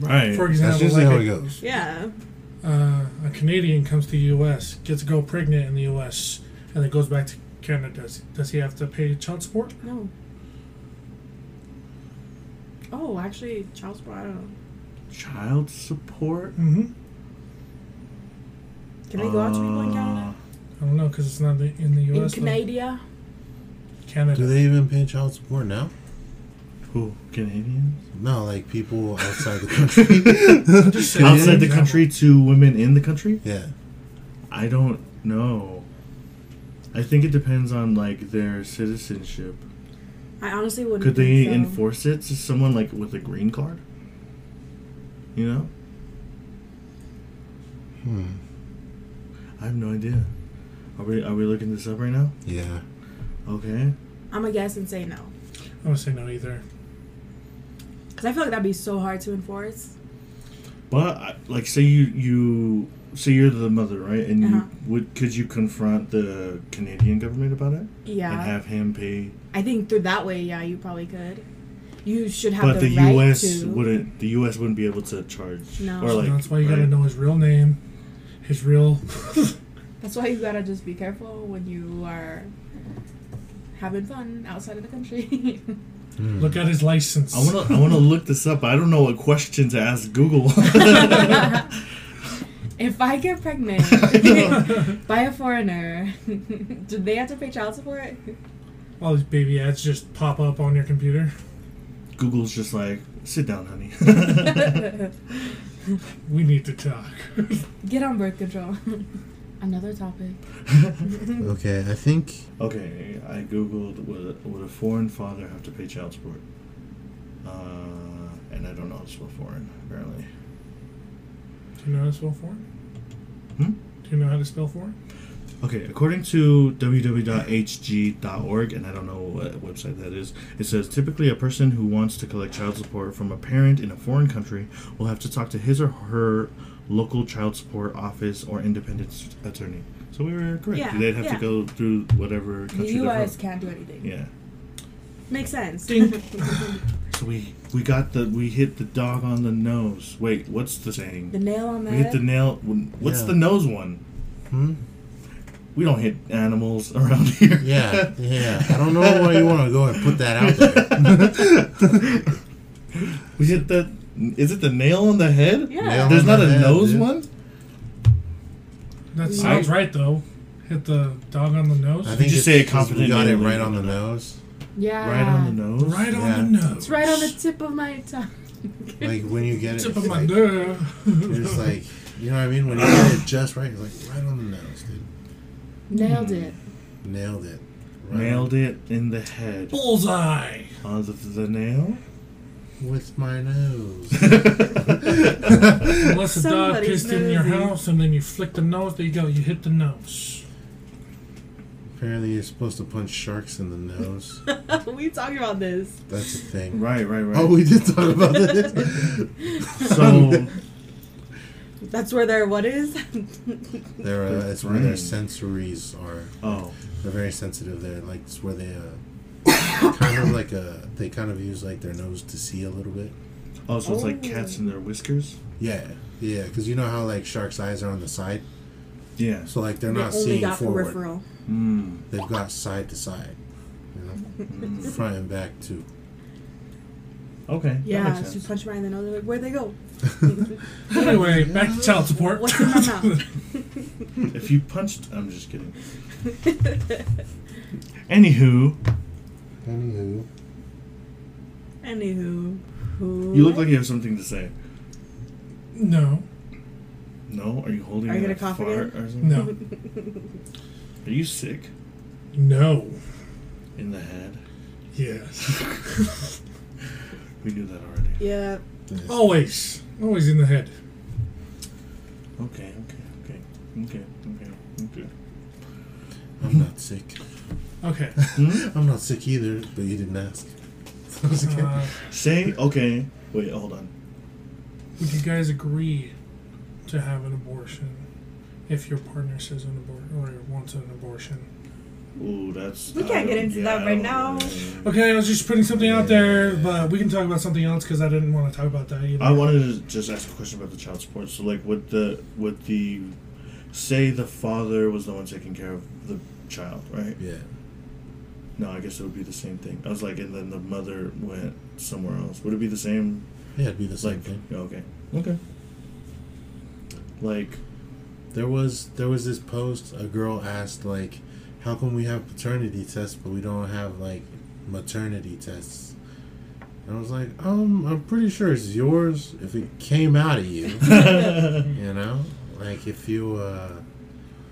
S3: right
S1: for example,
S4: usually
S1: like
S4: how it
S1: a-
S4: goes.
S2: Yeah.
S1: uh, a Canadian comes to the U.S., gets a girl pregnant in the U.S., and then goes back to Canada. Does, does he have to pay child support?
S2: No. Oh, actually, child support. I don't know.
S3: child support
S1: Mm-hmm.
S2: Can they go out to people
S3: Uh,
S2: in Canada?
S1: I don't know because it's not the, in the
S2: In
S1: U.S. though.
S2: Canada?
S1: Canada.
S4: Do they even pay child support now?
S3: Uh, who canadians
S4: No, like people outside the country.
S1: Just say
S3: outside the
S1: example.
S3: country to women in the country
S4: yeah.
S3: i don't know i think it depends on like their citizenship
S2: I honestly wouldn't.
S3: Could they
S2: think so.
S3: enforce it to someone like with a green card? You know,
S4: Hmm.
S3: I have no idea. Are we are we looking this up right now?
S4: Yeah.
S3: Okay.
S2: I'm gonna guess and say no,
S1: I would say no either.
S2: because I feel like that'd be so hard to enforce.
S3: But I- like, say you you say you're the mother, right? And
S2: Uh-huh.
S3: you would could you confront the Canadian government about it and
S2: Yeah.
S3: have him pay?
S2: I think through that way, yeah, you probably could. You should have
S3: But the,
S2: right
S3: U.S.
S2: to.
S3: wouldn't. The U.S. wouldn't be able to charge.
S2: No. So
S3: Or
S1: So
S3: like
S1: that's why you gotta
S3: right?
S1: know his real name, his real.
S2: That's why you gotta just be careful when you are having fun outside of the country.
S4: Hmm.
S1: look at his license.
S3: I want to I want to look this up. I don't know what question to ask Google.
S2: if I get pregnant by a foreigner, do they have to pay child support?
S1: All these baby ads just pop up on your computer.
S3: Google's just like, sit down, honey.
S1: We need to talk.
S2: Get on birth control. Another topic.
S4: Okay, I think.
S3: okay, I googled would a, would a foreign father have to pay child support? Uh, and I don't know how to spell foreign apparently.
S1: Do you know how to spell foreign?
S3: Hmm?
S1: Do you know how to spell foreign?
S3: Okay, according to www.hg.org, and I don't know what website that is, it says typically a person who wants to collect child support from a parent in a foreign country will have to talk to his or her local child support office or independent s- attorney. So we were correct.
S2: Yeah,
S3: They'd have
S2: yeah.
S3: to go through whatever country
S2: The
S3: they're
S2: U.S.
S3: from.
S2: can't do anything.
S3: Yeah.
S2: Makes sense.
S1: Dink.
S3: So we we got the we hit the dog on the nose. Wait, what's the
S2: the
S3: saying?
S2: nail on the
S3: We hit
S2: head.
S3: the nail. What's
S4: Yeah.
S3: the nose one?
S4: Hmm?
S3: We don't hit animals around here.
S4: Yeah, yeah. I don't know why you want to go and put that out there.
S3: we hit the. Is it the nail on the head?
S2: yeah.
S4: Nail
S3: There's
S4: on
S3: not
S4: the
S3: a
S4: head,
S3: nose
S4: dude.
S3: one.
S1: That sounds right though. hit the dog on the nose?
S4: I think
S3: you
S4: it's
S3: say it
S4: 'cause we
S3: confidently
S4: got it
S3: or
S4: right
S3: no,
S4: on
S3: no,
S4: the
S3: no.
S4: nose.
S2: Yeah.
S3: Right on
S2: Uh,
S3: the nose.
S1: right
S4: yeah.
S1: on the nose.
S2: It's right on the tip of my tongue.
S4: Like when you get it,
S1: tip
S4: it's
S1: of my
S4: like,
S1: nose.
S4: it's like you know what I mean. When you get it just right, it's like right on the nose, dude.
S2: Nailed it.
S4: Nailed it. Right
S3: Nailed it in the head
S1: Bullseye.
S3: on the, the nail.
S4: with my nose.
S1: Unless a dog
S2: Somebody's
S1: pissed in your
S2: nosy.
S1: house and then you flick the nose, there you go, you hit the nose.
S4: Apparently, you're supposed to punch sharks in the nose.
S2: we talked about this.
S4: That's a thing.
S3: Right, right, right.
S4: Oh, we did talk about this.
S3: so
S2: That's where their what is?
S4: They're, uh, it's where
S3: Mm.
S4: their sensories are.
S3: oh
S4: They're very sensitive there. Like it's where they uh, kind of like a they kind of use like their nose to see a little bit.
S3: oh, so it's like
S2: Oh.
S3: cats and their whiskers.
S4: Yeah, yeah. Because you know how like sharks' eyes are on the side,
S3: Yeah.
S4: so like they're
S2: They
S4: not
S2: only
S4: seeing
S2: got
S4: forward.
S2: peripheral.
S3: Mm.
S4: They've got side to side, you know, front and back too.
S3: Okay. That
S2: Yeah,
S3: makes
S2: she
S3: sense.
S2: punched mine in the nose. I'm Like, where'd they go?
S1: Anyway, back to child support.
S2: What's in my mouth?
S3: If you punched, I'm just kidding. Anywho,
S4: Anywho,
S2: Anywho, who?
S3: you look like you have something to say.
S1: no,
S3: No, are you holding?
S2: Are you gonna
S3: in a
S2: cough
S3: fart
S2: again?
S3: Or something?
S1: no,
S3: Are you sick
S1: no.
S3: in the head?
S1: Yes.
S3: We knew that already.
S2: yeah,
S4: Yes.
S1: Always. Always in the head.
S3: Okay. Okay. Okay. Okay. Okay. Okay.
S4: I'm not sick.
S1: Okay.
S3: Hmm?
S4: I'm not sick either, but you didn't ask. I was like,
S1: Uh,
S3: Say okay. Wait, hold on.
S1: would you guys agree to have an abortion if your partner says an abortion or wants an abortion?
S3: Ooh, that's.
S2: We can't
S3: I
S2: get
S3: don't-
S2: into
S3: yeah,
S2: that
S3: I
S2: right
S3: don't
S2: now.
S3: know.
S1: Okay, I was just putting something out there, but we can talk about something else because I didn't want to talk about that either.
S3: I wanted to just ask a question about the child support. So, like, would the would the say the father was the one taking care of the child, right?
S4: yeah.
S3: No, I guess it would be the same thing. I was like, and then the mother went somewhere else. Would it be the same?
S4: Yeah, it'd be the same
S3: Like,
S4: thing.
S3: yeah, okay, okay. Like,
S4: There was there was this post. A girl asked like, "How come we have paternity tests but we don't have like maternity tests?" And I was like, "Um, I'm pretty sure it's yours if it came out of you, you know, like if you uh,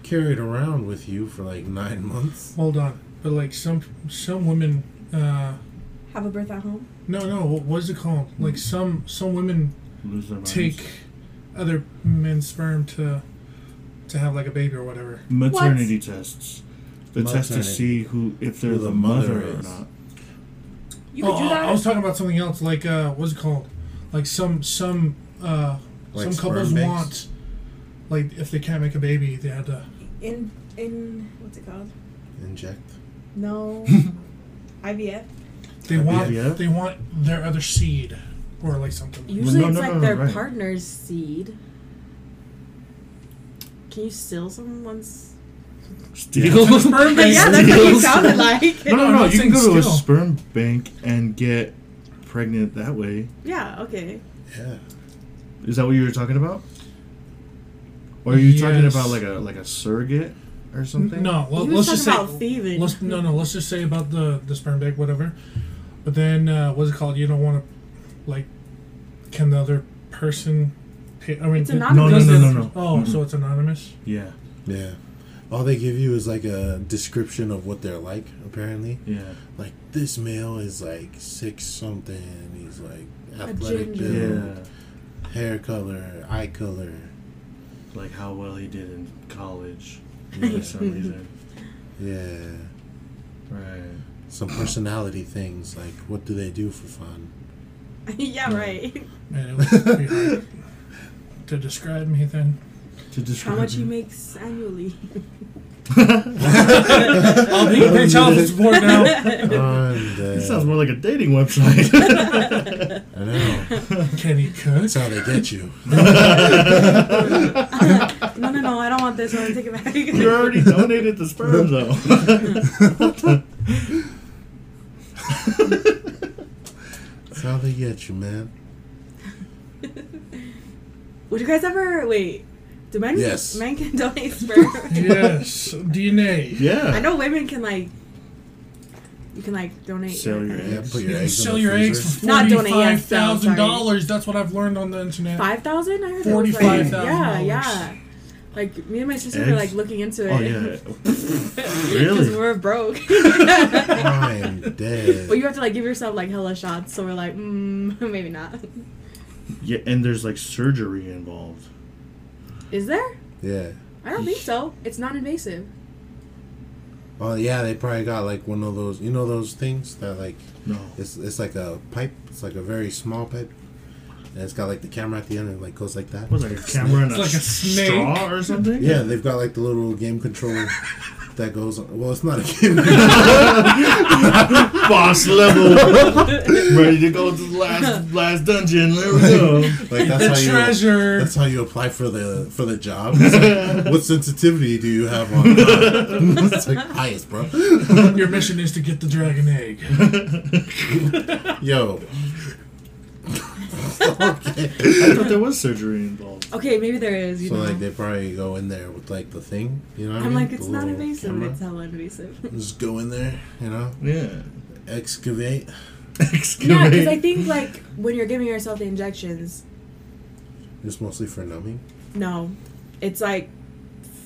S4: carry it around with you for like nine months."
S1: Hold on, but like some some women, uh,
S2: have a birth at home.
S1: no, no, what was it called? Like some some women
S3: lose their minds.
S1: take other men's sperm to to have like a baby or whatever.
S3: maternity tests. The test to
S4: Maternity.
S3: see who if they're
S4: Who
S3: the,
S4: the
S3: mother,
S4: mother
S3: or
S4: is.
S3: not.
S2: You could
S1: oh,
S2: do that.
S1: I was talking about something else. Like uh, what's it called? Like some some uh,
S4: Like
S1: some couples
S4: sperm
S1: want
S4: banks?
S1: like if they can't make a baby, they had to.
S2: in in what's it called?
S4: Inject.
S2: No, IVF.
S1: They want
S3: IVF?
S1: they want their other seed or like something.
S2: Usually,
S3: no,
S2: it's
S3: no,
S2: like
S3: no, no,
S2: their
S3: right.
S2: partner's seed. Can you steal someone's?
S3: Steal.
S1: sperm bank.
S2: yeah, that's what you sounded like.
S3: No, no,
S1: I'm
S3: no.
S1: not
S3: You can
S1: saying
S3: go to a
S1: steal.
S3: sperm bank and get pregnant that way.
S2: Yeah. Okay.
S4: Yeah.
S3: Is that what you were talking about? Or are you talking
S1: Yes.
S3: about like a like a surrogate or something?
S1: No, well,
S2: he was
S1: let's just
S2: talking
S1: say
S2: about thieving.
S1: let's no no let's just say about the the sperm bank whatever. But then uh, what's it called? You don't want to like can the other person pay? I mean,
S2: It's
S1: it-
S2: anonymous.
S1: does
S2: No, no,
S1: it-
S3: no, no.
S1: Oh,
S3: Mhm.
S1: so it's anonymous.
S3: Yeah.
S4: Yeah. All they give you is like a description of what they're like, apparently.
S3: Yeah.
S4: Like this male is like six something. He's like
S2: A
S4: athletic
S2: ginger.
S4: build,
S3: Yeah.
S4: hair color, eye color.
S3: Like how well he did in college for
S4: Yeah,
S3: some reason.
S4: yeah.
S3: Right.
S4: Some personality things like what do they do for fun?
S2: yeah. Right.
S1: Man, it would be hard to describe me then.
S3: To describe
S2: How much he makes annually?
S1: I'll be pay child support now.
S4: And, uh,
S3: It sounds more like a dating website.
S4: I know.
S1: Can he cook?
S4: That's how they get you.
S2: No, no, no. I don't want this one. Take it back.
S3: you already donated the sperm though.
S4: That's how they get you, man.
S2: Would you guys ever wait? Do men?
S4: Yes.
S2: Men can donate sperm.
S1: yes, DNA.
S3: Yeah.
S2: I know women can like. You can like donate.
S3: Sell your
S4: Yeah,
S3: eggs.
S4: put
S1: You
S4: your
S1: can
S4: eggs.
S1: sell
S4: in the
S1: your eggs
S4: freezer.
S1: for
S2: Not donate,
S1: forty-five
S2: yes, though,
S1: thousand
S2: sorry.
S1: dollars. That's what I've learned on the internet.
S2: Five thousand? I heard it was, like-
S1: $45,000.
S2: Yeah, yeah. Like me and my sister were like
S3: Eggs?
S2: looking into it.
S3: Oh yeah.
S2: Because
S3: really?
S2: we're broke.
S4: I'm dead.
S2: But you have to like give yourself like hella shots, so we're like, mm, maybe not.
S3: Yeah, and there's like surgery involved.
S2: Is there?
S4: yeah.
S2: I don't think so. It's non-invasive.
S4: Oh yeah, they probably got like one of those. You know those things that like
S3: No.
S4: it's it's like a pipe. It's like a very small pipe, and it's got like the camera at the end and it, like goes like that.
S3: Was like a camera and a,
S1: It's like a snake.
S3: straw or something?
S4: Yeah, they've got like the little game controller that goes. on. Well, it's not a game. controller.
S3: Boss level. Ready to go to the last last dungeon. There we go.
S4: Like that's
S1: the
S4: how you.
S1: treasure.
S4: That's how you apply for the for the job. It's like, what sensitivity do you have on? Uh, it's like highest, bro.
S1: Your mission is to get the dragon egg.
S4: Yo. okay.
S3: I thought there was surgery involved.
S2: Okay, maybe there is. You
S4: So
S2: know.
S4: like they probably go in there with like the thing, you know. What I
S2: I'm
S4: mean?
S2: like,
S4: The
S2: it's not
S4: little
S2: invasive.
S4: camera.
S2: It's hella invasive.
S4: Just go in there, you know,
S3: Yeah.
S4: excavate.
S2: yeah,
S3: Excavate.
S2: because I think like when you're giving yourself the injections,
S4: It's mostly for numbing.
S2: no, it's like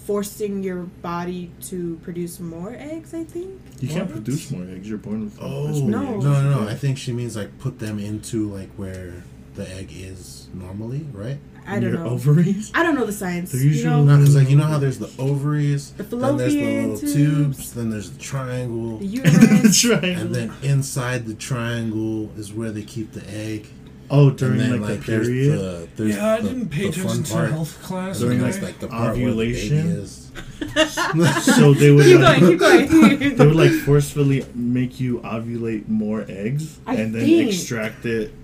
S2: forcing your body to produce more eggs. I think.
S3: you can't
S4: What?
S3: produce more eggs. You're born with.
S1: Oh,
S3: that's
S4: no,
S3: many
S2: No.
S4: no,
S3: eggs.
S4: no, I think she means like put them into like where the egg is normally, right?
S2: I don't
S3: your
S2: know.
S3: ovaries.
S2: I don't know the science.
S3: They're
S2: You
S3: usually
S2: know,
S4: No, because like you know how there's the ovaries,
S2: The
S4: then there's the
S2: fallopian
S4: little
S2: tubes.
S4: tubes. then there's the triangle,
S2: the
S3: the
S2: uterus.
S3: triangle.
S4: and then inside the triangle is where they keep the egg.
S3: oh,
S4: And
S3: during
S4: then
S3: like, the period.
S4: the there's
S1: Yeah, I
S4: the-
S1: didn't pay
S4: the fun
S1: attention to
S4: part.
S1: health class.
S4: And then
S3: During,
S1: okay?
S4: there's like the part
S3: ovulation.
S4: where the baby is.
S3: so they would
S2: keep
S3: like,
S2: going. Keep going.
S3: they would like forcefully make you ovulate more eggs
S2: I
S3: and then
S2: think.
S3: extract it.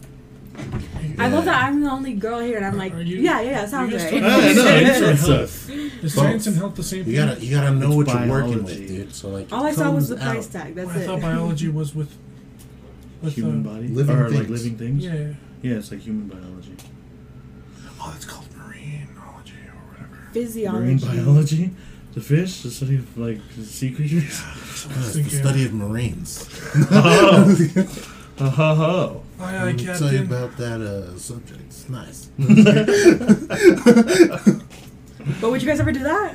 S2: I love
S4: Yeah.
S2: that I'm the only girl here, and I'm like,
S1: Are you-
S2: yeah, yeah, yeah,
S1: you
S2: sounds
S1: guys
S2: right.
S1: talking about
S3: I know,
S1: science or
S3: Ah, it's
S1: health? Is science and health the same thing?
S4: You gotta you gotta know
S3: It's
S4: what you're working
S3: biology.
S4: with, dude. So like
S2: All I
S4: it
S2: saw was the
S4: comes
S2: price
S4: out.
S2: tag.
S1: Well,
S2: That's
S1: I thought
S2: it.
S1: biology was with, with
S3: Human
S1: uh,
S3: body
S4: living
S3: or like
S4: things.
S3: living things.
S1: Yeah. yeah.
S3: Yeah, it's like human biology.
S1: Oh, it's called marinology or whatever.
S3: Marine
S2: Physiology.
S3: biology, the fish, the study of like sea creatures.
S4: Uh, it's the study of marines.
S3: Oh, ho, ho, ho.
S1: Aye, aye,
S4: Let me tell you
S1: Captain.
S4: about that uh, subject. It's nice.
S2: But would you guys ever do that?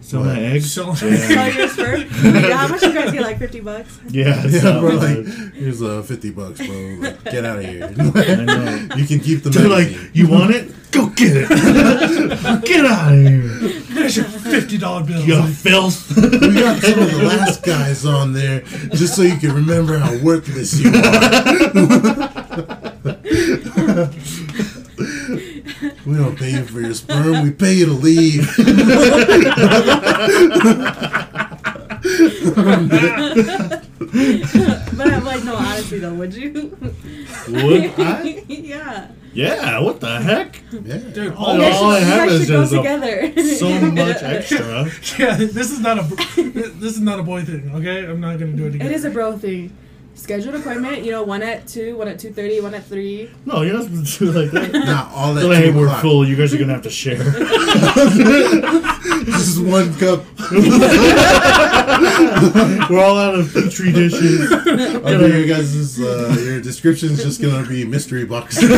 S3: So
S4: What?
S3: my eggs.
S1: So-
S2: Sell
S3: Yeah,
S2: your sperm? yeah, how much you guys get? Like fifty bucks.
S3: yeah, it's
S4: yeah,
S3: not
S4: bro.
S3: bad.
S4: Like, here's uh, fifty bucks, bro. Like, get out of here.
S3: I know.
S4: you can keep the
S3: They're like,
S4: magazine.
S3: you want it? Go get it. get out of here,
S1: There's your fifty dollar bill.
S3: you filth.
S4: we got some of the last guys on there just so you can remember how worthless you are. we don't pay you for your sperm. We pay you to leave.
S2: But I'm like, no, honestly though, would you?
S3: Would I?
S2: yeah.
S3: Yeah. What the heck?
S4: Yeah.
S1: Dude,
S3: Oh,
S1: all
S2: You
S1: yeah.
S2: guys
S3: all I
S2: should, you
S3: have
S2: guys
S3: is
S2: should go
S3: just a-
S2: together.
S3: So much extra.
S1: this is not a this is not a boy thing. Okay, I'm not gonna do it again.
S2: It is a bro thing. Scheduled appointment. You know, one at two, one at two thirty, one at three.
S3: No, you're not supposed to do it like that.
S4: Not all that.
S3: They're like, hey,
S4: two
S3: we're
S4: o'clock.
S3: full. You guys are gonna have to share.
S4: This is one cup.
S3: We're all out of petri dishes.
S4: Okay, you guys, this, uh, your description is just gonna be mystery box. it's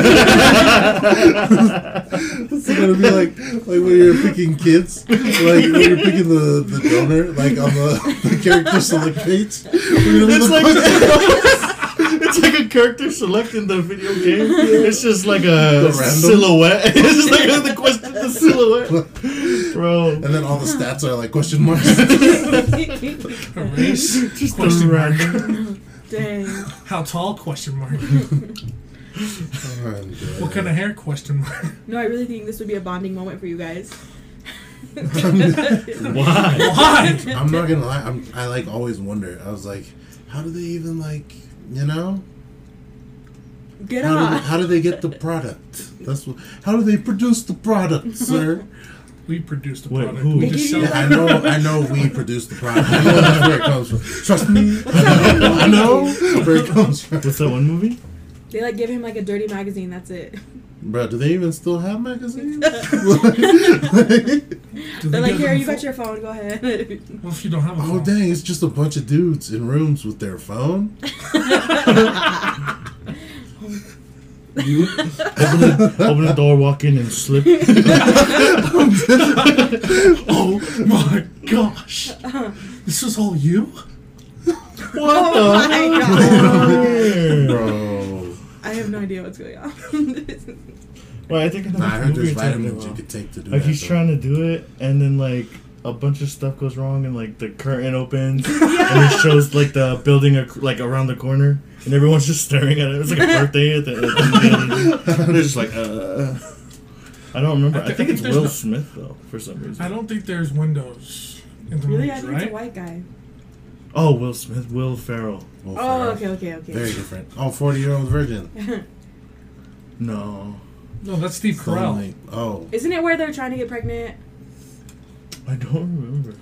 S4: gonna be like like when you're picking kids, like when you're picking the, the donor, like on the, the character select page. We're gonna be
S3: It's
S4: the
S3: like
S4: fucking-
S3: it's like a character select in the video game. It's just like a
S4: The random.
S3: silhouette. It's just like the question, the silhouette, bro.
S4: and then all the stats are like question marks.
S1: a race.
S3: Just
S1: Question
S3: the
S1: mark.
S3: random.
S2: Dang.
S1: How tall? Question mark.
S4: And, uh,
S1: What kind of hair? Question mark.
S2: No, I really think this would be a bonding moment for you guys.
S3: Why?
S1: Why?
S4: I'm not gonna lie. I'm, I like always wonder. I was like, how do they even like you know?
S2: Get
S4: How do, they,
S2: off.
S4: how do they get the product? That's what. How do they produce the product, sir?
S1: We produced the
S3: Wait,
S1: product.
S3: who?
S1: We
S3: They
S1: just
S2: give
S1: sell
S2: you
S4: Yeah,
S1: it.
S4: I know. I know we produce the product. I know that's where it comes from. Trust me. I know where it comes from.
S3: What's that one movie?
S2: They like give him like a dirty magazine. That's it.
S4: Bro, do they even still have magazines?
S1: Do
S2: They're
S1: they
S2: like,
S1: get
S2: here,
S1: them
S2: you got
S1: for-
S2: your phone. Go ahead.
S1: What if you don't have a
S4: oh
S1: phone?
S4: dang, it's just a bunch of dudes in rooms with their phone.
S3: You open the, open the door, walk in, and slip.
S1: Oh my gosh!
S2: Uh-huh.
S1: This is all you?
S3: What
S2: Oh my
S3: the? heck?
S4: Bro.
S2: I have no idea what's going on.
S3: Wait, I think I know
S4: Nah, I
S3: what
S4: heard there's
S3: movie you're talking
S4: vitamins you
S3: about.
S4: could take to do
S3: Like
S4: that.
S3: he's
S4: though.
S3: trying to do it, and then like a bunch of stuff goes wrong, and like the curtain opens, and it shows like the building ac- like around the corner, and everyone's just staring at it. It's like a birthday at the. At the they're just like, uh. I don't remember. I think,
S1: I think
S3: it's
S1: there's
S3: Will
S1: no-
S3: Smith though, for some reason.
S1: I don't think there's windows in the
S2: really, I
S1: rooms,
S2: think
S1: right?
S2: it's a white guy.
S3: Oh, Will Smith, Will Ferrell.
S4: Well,
S2: Oh,
S4: fair.
S2: okay, okay, okay.
S4: Very different. Oh, 40 year old virgin.
S3: No,
S1: No, that's Steve Carell.
S4: Suddenly- Oh.
S2: Isn't it where they're trying to get pregnant?
S3: I don't remember.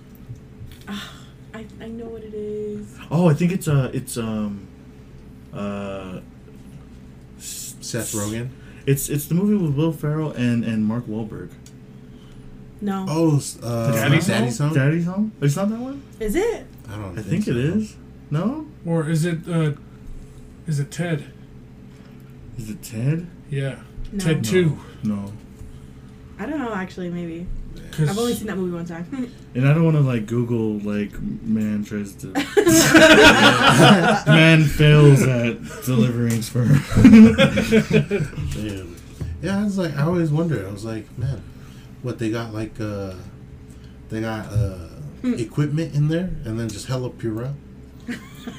S2: I, I know what it is.
S3: Oh, I think it's uh, it's um, uh, s-
S4: Seth Rogen.
S3: It's it's the movie with Will Ferrell and and Mark Wahlberg.
S2: No.
S4: Oh, s- uh,
S1: Daddy's
S4: Daddy's, Home?
S3: Daddy's Home? It's not that one?
S2: Is it?
S4: I don't
S3: I think it
S4: so.
S3: is. No?
S1: Or is it? Uh, is it Ted?
S3: Is it Ted?
S1: Yeah,
S2: No.
S1: Ted Two.
S3: No.
S2: I don't know, actually, maybe.
S1: Because
S2: I've only seen that movie one time.
S3: And I don't want to like Google like man tries to man fails at delivering sperm.
S4: Damn. Yeah, I was like, I always wondered. I was like, man, what they got like, uh, they got uh, equipment in there, and then just hella Purell.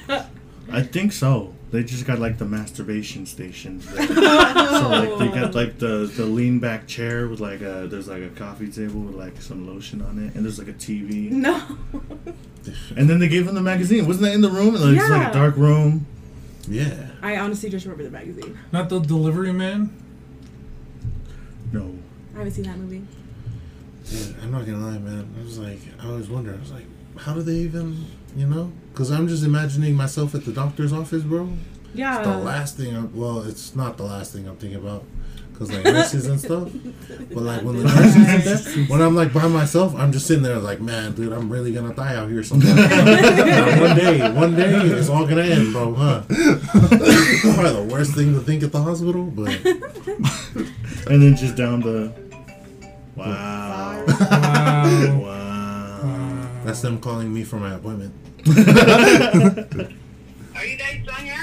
S3: I think so. They just got like the masturbation station. there. so like they got like the the lean back chair with like a there's like a coffee table with like some lotion on it and there's like a TV.
S2: no.
S3: And then they gave him the magazine. Wasn't that in the room? And like, It's like
S2: Yeah.
S3: a dark room.
S4: Yeah.
S2: I honestly just remember the magazine.
S1: not the delivery man.
S3: No.
S2: I haven't seen that movie.
S4: Dude, I'm not gonna lie, man. I was like, I always wonder. I was like, how do they even, you know? Because I'm just imagining myself at the doctor's office, bro.
S2: Yeah.
S4: It's the last thing. I'm, well, it's not the last thing I'm thinking about. Cause like nurses and stuff, but like when the nurses and stuff, when I'm like by myself, I'm just sitting there like, man, dude, I'm really gonna die out here sometime. Now, one day, one day, it's all gonna end, bro, huh? Probably the worst thing to think at the hospital, but
S3: And then just down the. Wow.
S1: Wow. Uh,
S3: wow.
S4: that's them calling me for my appointment.
S5: Are you guys still here?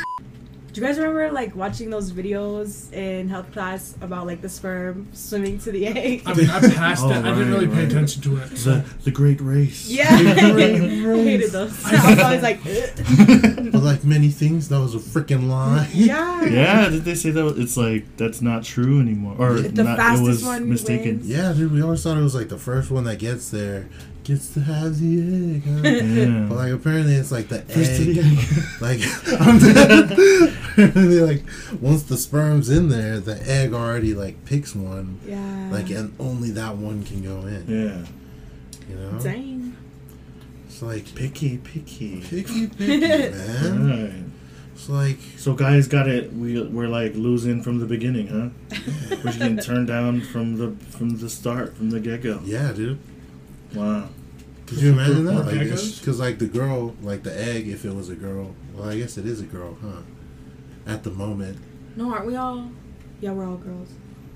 S2: Do you guys remember like watching those videos in health class about like the sperm swimming to the egg?
S1: I mean, I passed
S3: Oh,
S1: it. I didn't
S3: right,
S1: really pay
S3: right.
S1: attention to it. So.
S3: The, the great race.
S2: yeah, I hated those. I was always like, "Ugh."
S4: But like many things, that was a freaking lie.
S2: yeah.
S3: Yeah, did they say that? It's like, that's not true anymore. Or
S2: The
S3: not,
S2: fastest
S3: it was
S2: one
S3: mistaken.
S2: wins.
S4: Yeah, dude, we always thought it was like the first one that gets there gets to have the egg. Huh?
S3: Yeah.
S4: But like apparently it's like the
S3: First to
S4: egg.
S3: the egg.
S4: Like I'm apparently like once the sperm's in there, the egg already like picks one.
S2: Yeah.
S4: Like and only that one can go in.
S3: yeah.
S4: You know?
S2: Dang.
S4: It's like
S3: Picky, picky.
S4: picky picky man.
S3: Alright.
S4: It's like
S3: So guys got it. We we're like losing from the beginning, huh? we're just getting turned down from the from the start, from the get go.
S4: yeah, dude.
S3: Wow.
S4: Could you imagine that?
S1: Or
S4: Like, it's-
S1: geckos?
S4: cause like the girl, like the egg, if it was a girl, well, I guess it is a girl, huh? At the moment,
S2: No, aren't we all? Yeah, we're all girls,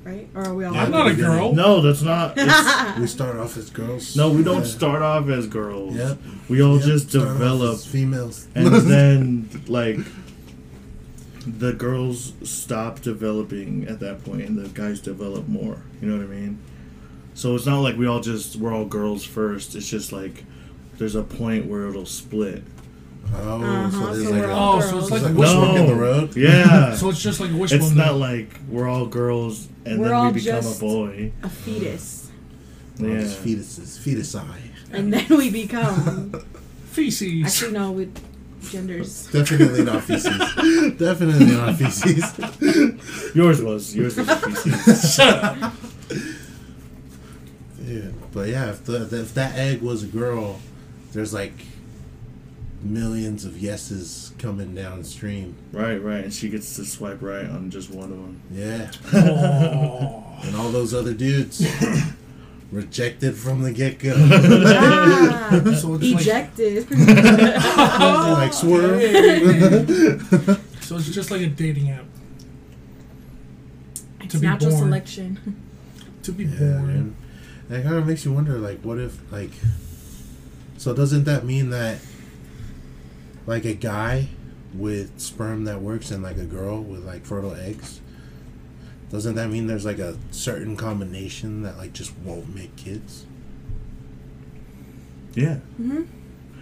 S2: right? Or are we all? Uh-huh.
S4: Yeah,
S1: I'm not a
S4: Yeah.
S1: girl.
S3: No, that's not. It's,
S4: we start off as girls.
S3: No, we don't
S4: Yeah.
S3: start off as girls.
S4: Yep.
S3: We all
S4: Yep,
S3: just
S4: start off
S3: develop,
S4: as females,
S3: and then like the girls stop developing at that point, and the guys develop more. You know what I mean? So it's not like we all just we're all girls first. It's just like there's a point where it'll split.
S4: oh,
S2: Uh-huh,
S4: so there's
S2: so
S4: like
S2: we're
S4: a,
S2: all-
S1: Oh, so it's
S2: Girls.
S1: like
S4: It's
S1: a
S4: like-
S1: wishbone.
S4: Bushwick in the road?
S3: Yeah.
S1: So it's just like a wishbone.
S3: it's
S1: then.
S3: not like we're all girls and
S2: We're
S3: then
S2: all
S3: we become a
S2: just-
S3: boy.
S2: a fetus,
S4: all
S3: Yeah.
S4: these fetuses, fetus eye.
S2: and then we become.
S1: feces.
S2: Actually, no, with genders.
S4: Definitely not feces. Definitely not feces.
S3: Yours was yours was a feces.
S4: yeah, but yeah, if, the, if that egg was a girl, there's like millions of yeses coming downstream.
S3: Right, right. And she gets to swipe right on just one of them.
S4: Yeah.
S1: Oh.
S4: And all those other dudes rejected from the get go.
S2: Ah,
S1: so it's like
S2: ejected.
S4: like swerve.
S1: so it's just like a dating app
S2: it's
S1: To be
S2: natural
S1: born.
S2: selection.
S1: to be
S4: Yeah,
S1: born.
S4: man. That kind of makes you wonder, like, what if, like, so doesn't that mean that, like, a guy with sperm that works and, like, a girl with, like, fertile eggs, doesn't that mean there's, like, a certain combination that, like, just won't make kids?
S3: Yeah,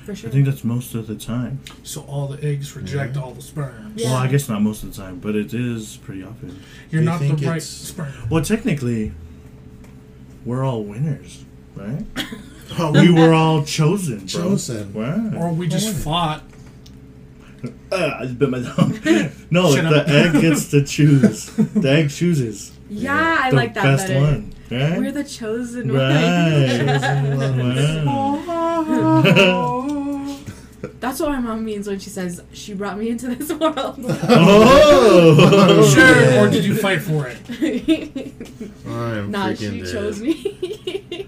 S2: For sure.
S3: I think that's most of the time.
S1: So all the eggs reject
S4: Yeah.
S1: all the sperm.
S2: Yeah.
S3: Well, I guess not most of the time, but it is pretty often.
S1: You're
S4: you
S1: not
S4: think
S1: the right
S4: it's-
S1: sperm.
S3: Well, technically, we're all winners, right?
S4: Oh,
S3: we were all chosen, bro.
S4: Chosen.
S1: Or
S3: Wow.
S1: we just
S4: Born.
S1: fought.
S3: Uh, I just bit my tongue. no,
S1: Shut
S3: the
S1: up.
S3: egg gets to choose. The egg chooses.
S2: yeah, I
S3: the
S2: like that
S3: best
S2: better.
S3: one. Right?
S2: We're the chosen
S3: Right. Wow.
S4: Oh,
S2: one. That's what my mom means when she says she brought me into this world.
S3: oh!
S1: Sure.
S4: Yeah.
S1: Or did you fight for it?
S4: I'm
S2: nah,
S4: freaking
S2: she
S4: dead.
S2: chose me.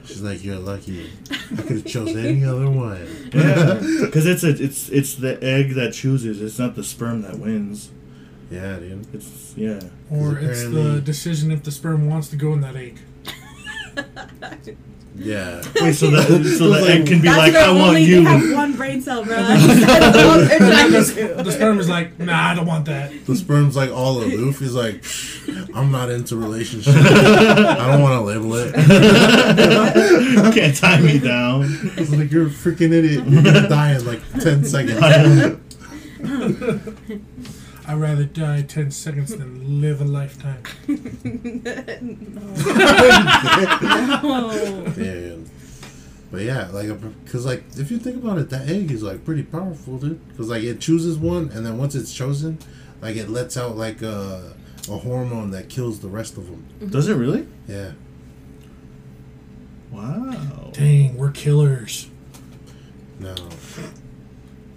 S4: She's like, you're lucky. I could have chose any other one.
S3: Because it's a, it's it's the egg that chooses. It's not the sperm that wins.
S4: Yeah, dude.
S3: It's yeah.
S1: Or it's the
S4: Apparently-
S1: decision if the sperm wants to go in that egg.
S4: Yeah.
S3: Wait, so the so the egg can be
S2: That's
S3: like,
S2: their
S3: I want
S2: only,
S3: you.
S2: They have one brain cell, bro. That's all they're trying
S1: The
S2: to do.
S1: sperm is like, nah, I don't want that.
S4: The sperm's like all aloof. He's like, "Psh, I'm not into relationships. I don't want to label it.
S3: Can't tie me down.
S4: He's like, you're a freaking idiot. You're gonna die in like ten seconds.
S1: I'd rather die 10 seconds than live a lifetime.
S2: No.
S4: Dude. But yeah, like, uh, cause like if you think about it, that egg is like pretty powerful, dude. Cause like it chooses one, and then once it's chosen, like it lets out like a a hormone that kills the rest of them.
S3: Does it really?
S4: Yeah.
S3: Wow.
S1: Dang, we're killers.
S4: No.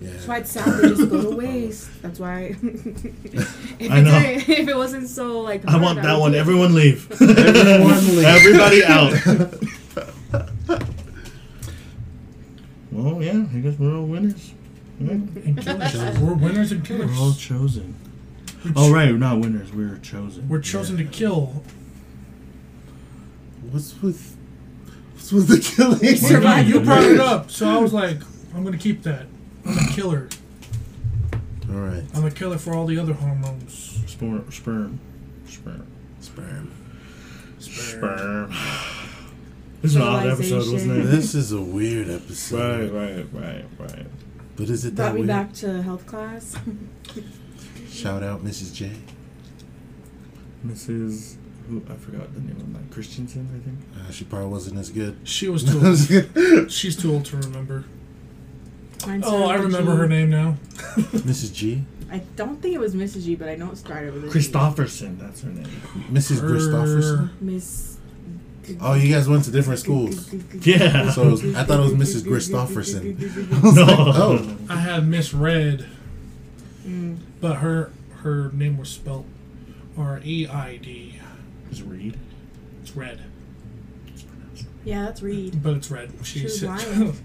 S4: Yeah.
S2: That's why it's sad they just go to waste. That's why. if,
S3: I
S2: it's
S3: know.
S2: a- if it wasn't so like.
S3: I
S2: hard,
S3: want that
S2: would
S3: one.
S2: do it.
S3: Everyone leave.
S4: Everyone leave.
S3: Everybody out. well, yeah. I guess we're all winners. Yeah.
S1: And killers. we're winners and
S3: We're all
S1: killers.
S3: chosen. Oh right, we're not winners. We're chosen.
S1: We're chosen to kill.
S4: What's with what's with the killing?
S1: You-
S2: Survive.
S1: You brought it up, so I was like, I'm gonna keep that. I'm a killer.
S4: All right.
S1: I'm a killer for all the other hormones.
S3: sperm. Sperm. Sperm.
S4: Sperm.
S3: Sperm. This is an odd episode, wasn't it?
S4: This is a weird episode.
S3: Right, right, right, right.
S4: But is it that
S2: Brought me
S4: weird?
S2: back to health class.
S4: Shout out Mrs. J.
S3: Mrs. Who I forgot the name of that Christensen, I think.
S4: Uh, she probably wasn't as good.
S1: She was too old.
S4: Mrs.
S1: She's too old to remember.
S2: Mine's
S1: Oh, I
S2: Mrs.
S1: remember
S2: G.
S1: her name now.
S4: G.
S2: I don't think it was Mrs. G, but I know it started with a G.
S3: Christofferson, that's her name.
S4: Mrs. Christofferson.
S1: Her-
S2: Miss.
S4: Oh, you guys went to different schools.
S3: Yeah.
S4: So it was, I thought it was Mrs. Christofferson. I was
S3: No.
S4: like, oh.
S1: I had misread, but her her name was spelt R E I D.
S3: Is Reed?
S1: It's red,
S2: Yeah, that's Reed.
S1: but it's red. She,
S2: She was
S1: said
S2: lying.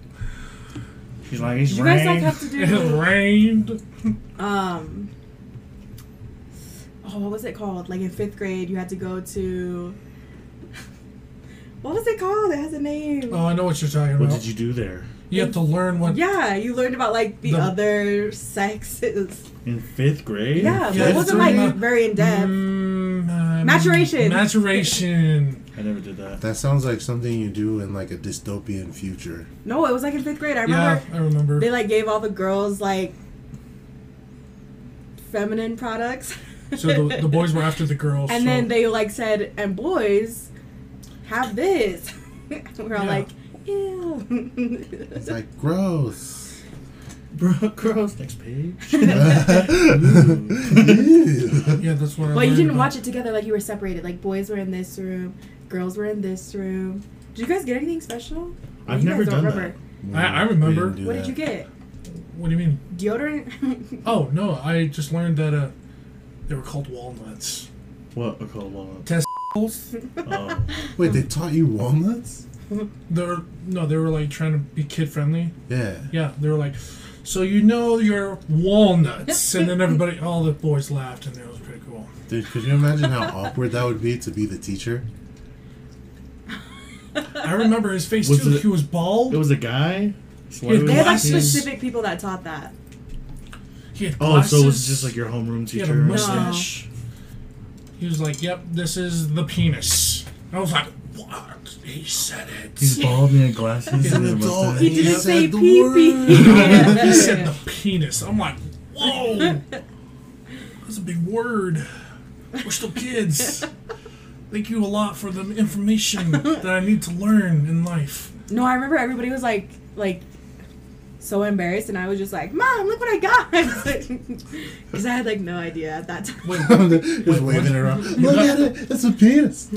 S3: She's like, he's
S2: Did you guys like
S3: Reed.
S2: have to
S1: it
S2: do
S1: rained.
S2: um oh what was it called? Like in fifth grade, you had to go to what was it called? It has a name.
S1: Oh, I know what you're talking
S3: What
S1: about.
S3: did you do there?
S1: You have to learn what.
S2: yeah, you learned about like the,
S1: The-
S2: other sexes.
S3: In fifth grade?
S2: Yeah, but
S1: Yeah,
S2: it wasn't
S1: it's
S2: like
S1: not-
S2: very in depth.
S1: Mm, um,
S2: Maturation.
S1: Maturation.
S3: I never did that.
S4: That sounds like something you do in like a dystopian future.
S2: No, it was like in fifth grade. I remember
S1: yeah, I remember.
S2: they like gave all the girls like feminine products.
S1: so the, the boys were after the girls.
S2: And
S1: so-
S2: then they like said, and boys, have this. We're all
S1: Yeah.
S2: like, ew.
S4: It's like gross.
S3: Bro, gross. Next page.
S4: Ew.
S1: Yeah, that's what. I
S2: well, you
S1: learned
S2: didn't
S1: about.
S2: watch it together, like you were separated. Like boys were in this room, girls were in this room. Did you guys get anything special?
S3: I've
S2: you
S3: never
S2: guys don't
S3: done
S2: remember.
S1: I- I remember.
S4: We didn't do
S2: What did
S4: that.
S2: you get?
S1: What do you mean?
S2: Deodorant?
S1: Oh no, I just learned that uh, they were called walnuts.
S3: What are called walnuts?
S1: Testicles?
S3: Oh,
S4: Wait, they taught you walnuts?
S1: They're no, they were like trying to be kid friendly.
S4: Yeah.
S1: Yeah, they were like, so you know your walnuts, and then everybody, all the boys laughed, and it was pretty cool.
S4: Dude, could you imagine how awkward that would be to be the teacher?
S1: I remember his face
S3: Was
S1: too.
S3: it-
S1: He was bald.
S3: it was a guy. So
S1: Yeah,
S3: why
S2: they had like
S1: Glasses.
S2: specific people that taught that.
S1: he had
S3: Oh,
S1: glasses.
S3: so it was just like your homeroom
S1: He
S3: teacher.
S1: had a
S3: or
S1: mustache. He was like, "Yep, this is the penis." I was like, "What?" He said it.
S3: He's bald and he had glasses.
S1: He's
S3: and
S1: an
S3: a
S4: adult.
S3: mustache.
S2: He didn't
S4: said
S2: say
S4: the
S2: pee
S4: word.
S2: pee.
S1: he said the penis. I'm like, "Whoa, that's a big word." We're still kids. Thank you a lot for the information that I need to learn in life.
S2: No, I remember everybody was like, like, so embarrassed, and I was just like, "Mom, look what I got!" Because I had like no idea at that time.
S1: Wait,
S4: Just waving it around. Look at it. It's a penis.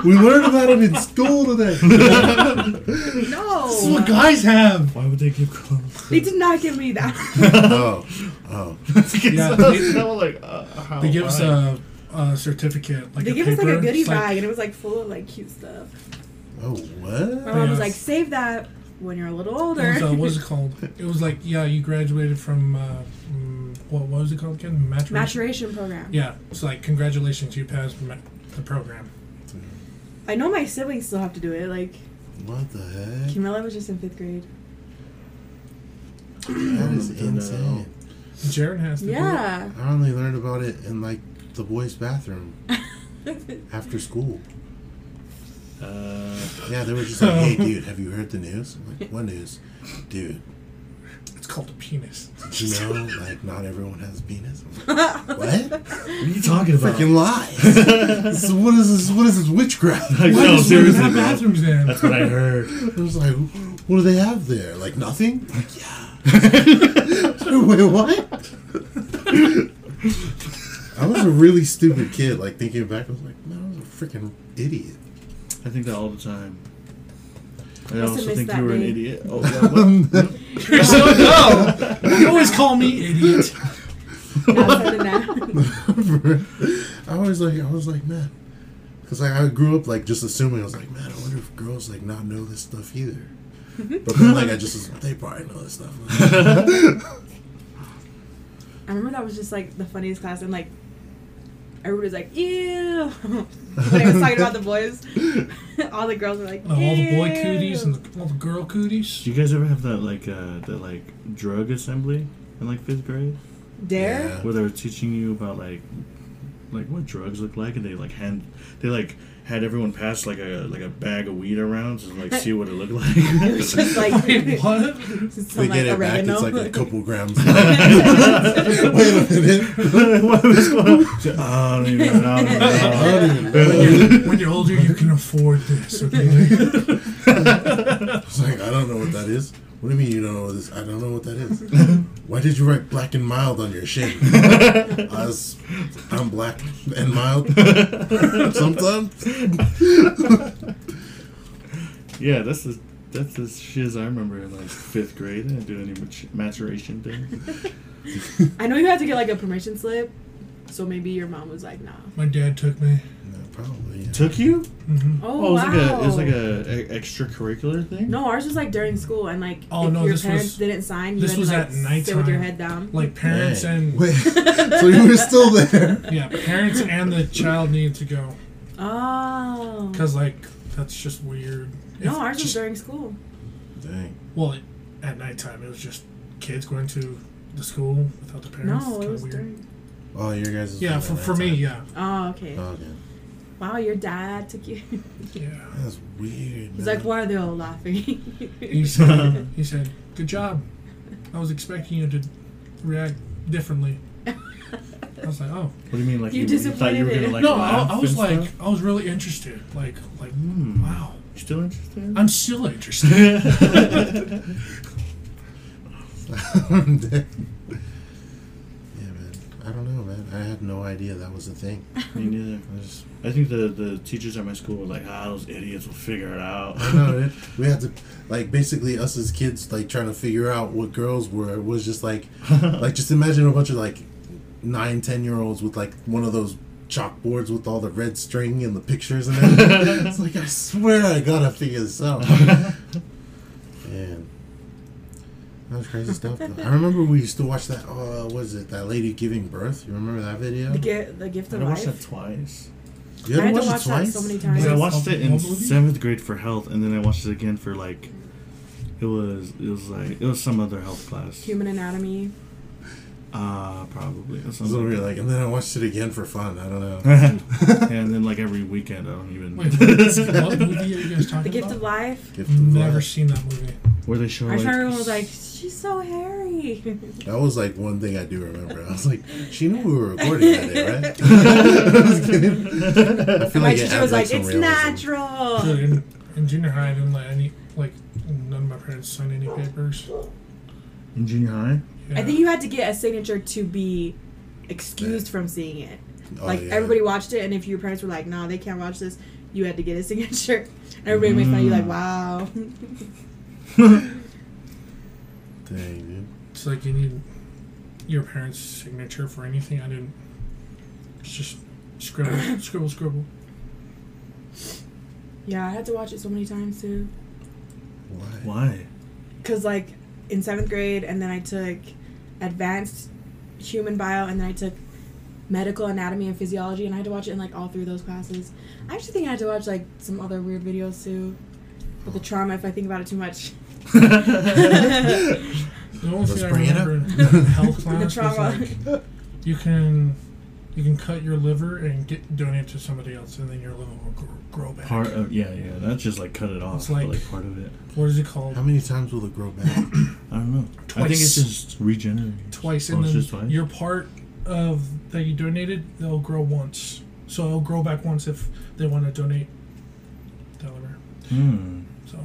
S4: we learned about it in school today.
S1: Oh
S2: No,
S1: guys have.
S3: Why would they give clothes?
S2: they did not give me that.
S4: oh, oh.
S1: Yeah, they- They give us
S3: uh,
S1: a, a certificate. Like
S2: Oh, they
S1: a
S2: gave us like a
S1: paper.
S2: goodie
S1: It's like-
S2: bag, and it was like full of like cute stuff. My
S4: Oh, what?
S2: mom was
S1: Yes.
S2: like, "Save that when you're a little
S1: It
S2: older."
S1: was, uh, what was it called? It was like, yeah, you graduated from, uh, mm, what, what was it called again? Maturation.
S2: Maturation program.
S1: Yeah, it's like, congratulations, you passed ma- the program.
S2: I know my siblings still have to do it. Like
S4: What the heck?
S2: Camilla was just in fifth grade.
S4: That is
S3: I don't know.
S4: insane.
S1: Jared has to
S2: Yeah.
S4: I only learned about it in like the boys' bathroom after school.
S3: Uh,
S4: Yeah, they were just like, "Hey, dude, have you heard the news?" I'm like, "What news, dude?"
S1: do it. It's called a penis.
S4: Did you know like not everyone has a penis? I'm like, what?
S3: what are you talking about?
S4: Freaking lies! so what is this? What is this witchcraft?
S3: Like,
S4: Why
S3: no,
S4: does
S3: Oh, seriously,
S4: one have
S3: man.
S1: bathrooms then?
S3: That's what I heard.
S4: I was like, what do they have there? Like nothing? Like, yeah. Wait, what? I was a really stupid kid. Like thinking back, I was like, man, I was a freaking idiot.
S3: I think that all the time. I
S2: Must have
S3: also
S2: missed
S3: think
S2: that
S3: you were an
S2: day.
S3: idiot. Oh, yeah, what?
S1: You're so dumb. You always call me idiot. Oh,
S2: Now it's other than that.
S4: I was like, I was like, man, because like I grew up like just assuming I was like, man, I wonder if girls like not know this stuff either.
S2: Mm-hmm.
S4: But then like I just was, they probably know this stuff.
S2: I remember that was just like the funniest class, and like everybody was like, "Ew!" when I was talking about the boys, all the girls were like,
S1: Uh, all the boy
S2: "Ew."
S1: cooties and the, all the girl cooties.
S3: Do you guys ever have that like uh, that like drug assembly in like fifth grade
S2: dare.
S4: Yeah.
S3: where they were teaching you about like like what drugs look like and they like hand they like had everyone pass like a like a bag of weed around to like see what it looked like.
S2: It was just like
S1: Wait, what?
S2: some
S4: They
S2: like
S4: get it back.
S2: oregano.
S4: It's like a couple grams. Wait a minute.
S3: what was going on? I don't even know.
S4: I don't even
S1: When
S4: know.
S1: you're, when you're older, you can afford this. Okay?
S4: It's like I don't know what that is. What do you mean you don't know what this? I don't know what that is. Why did you write black and mild on your shit? I was, I'm black and mild. Sometimes
S3: Yeah, that's the that's the shiz I remember in like fifth grade. I didn't do any mat- maturation thing.
S2: I know you had to get like a permission slip, so maybe your mom was like, "Nah."
S1: My dad took me.
S4: no, probably. Yeah.
S3: Took you?
S1: hmm
S2: Oh,
S3: Oh, it was
S2: wow.
S3: like a it was like a, a extracurricular thing.
S2: No, ours was like during school, and like
S1: Oh,
S2: if
S1: no,
S2: your
S1: this
S2: parents
S1: was-
S2: didn't sign, you
S1: this
S2: had
S1: was
S2: to
S1: at
S2: like sit with
S1: nighttime.
S2: your head down.
S1: Like parents
S4: Dang.
S1: and
S4: wait. so you were still there.
S1: Yeah, parents and the child need to go
S2: oh,
S1: because like that's just weird. If
S2: no, ours was
S1: just-
S2: during school.
S4: Dang.
S1: well it, at nighttime. It was just kids going to the school without the parents. It's
S2: No, it
S1: kinda
S2: was
S1: weird.
S2: during.
S4: Oh, your guys. was
S1: Yeah,
S4: doing
S1: for,
S4: that
S1: for me,
S4: time.
S1: yeah,
S2: Oh, okay.
S4: Oh, okay.
S2: Wow, your dad took you.
S1: yeah.
S4: That's weird.
S2: He's
S4: man.
S2: like, why are they all laughing?
S1: He said, he said, "Good job." I was expecting you to react differently. I was like, "Oh
S3: What do you mean? Like
S2: You
S3: you, you thought you were gonna
S2: disappointed
S3: like
S1: no!"
S3: laugh
S1: I, I was
S3: and
S1: like,
S3: stuff?
S1: I was really interested. Like, like,
S3: Hmm.
S1: wow.
S3: You still interested?
S1: I'm still interested.
S4: yeah, man. I I don't know, man. I had no idea that was a thing.
S3: Me neither. I, just, I think the, the teachers at my school were like, ah, those idiots will figure it out.
S4: I know, dude. We had to, like, basically us as kids, like, trying to figure out what girls were was just like, like, just imagine a bunch of like nine, ten year olds with like one of those chalkboards with all the red string and the pictures and everything. it's like I swear I gotta figure this out. Man, that was crazy stuff. Though. I remember we used to watch that. Uh, what is it? That lady giving birth. You remember that video?
S2: The, gi- the gift
S3: I
S2: of
S3: watched that
S2: life.
S3: twice.
S4: You
S2: I
S4: ever
S2: had to
S4: watched
S2: watch that
S4: it twice?
S2: so many
S1: Was
S3: I
S1: that
S2: times.
S3: watched it in
S1: Home movie?
S3: seventh grade for health, and then I watched it again for like, it was it was like it was some other health class.
S2: Human anatomy.
S3: Uh probably. or
S4: So
S3: something.
S4: we were like, and then I watched it again for fun. I don't know.
S3: and then like every weekend, I don't even.
S1: Wait, what movie are you guys
S2: The
S1: talking
S2: gift of
S1: about?
S2: life.
S4: Gift
S1: I've
S4: of
S1: never
S4: Life.
S1: seen that movie.
S3: Where they show
S2: Our
S3: like.
S2: charter was like, she's so hairy.
S4: That was like one thing I do remember. I was like, she knew we were recording that day, right? I was kidding. I feel
S2: And my
S4: it
S2: teacher
S4: adds,
S2: was like,
S4: some
S2: it's
S1: Dude,
S4: realism."
S2: natural.
S1: in, in junior high, I didn't let any like none of my parents sign any papers.
S3: in junior high.
S1: Yeah.
S2: I think you had to get a signature to be excused from seeing it.
S4: Oh,
S2: like
S4: yeah.
S2: everybody watched it, and if your parents were like, "No, they can't watch this," you had to get a signature. And everybody made fun of you,
S4: Mm.
S2: like, "Wow."
S4: Dang, dude.
S1: It's like you need your parents' signature for anything. I didn't. It's just scribble, scribble, scribble.
S2: yeah, I had to watch it so many times too.
S4: Why?
S3: Why?
S2: Cause like in seventh grade, and then I took advanced human bio, and then I took medical anatomy and physiology, and I had to watch it in like all three of those classes. I actually think I had to watch like some other weird videos too. With the trauma, if I think about it too much.
S1: The only
S4: Let's
S1: thing I
S4: bring it up.
S1: remember in health class
S2: the
S1: was
S2: trauma.
S1: like you can you can cut your liver and get donate to somebody else, and then your liver will grow, grow back.
S3: Part of yeah yeah. That's just like cut it off.
S1: It's
S3: but,
S1: like-
S3: like part of it.
S1: What is it called?
S4: How many times will it grow back?
S3: I don't know. I think
S1: Twice.
S3: it's just regenerating.
S1: Twice,
S3: Oh,
S1: and
S3: it's
S1: then
S3: just twice?
S1: your part of that you donated, they'll grow once. So it'll grow back once if they want to donate the liver.
S3: Hmm.
S1: So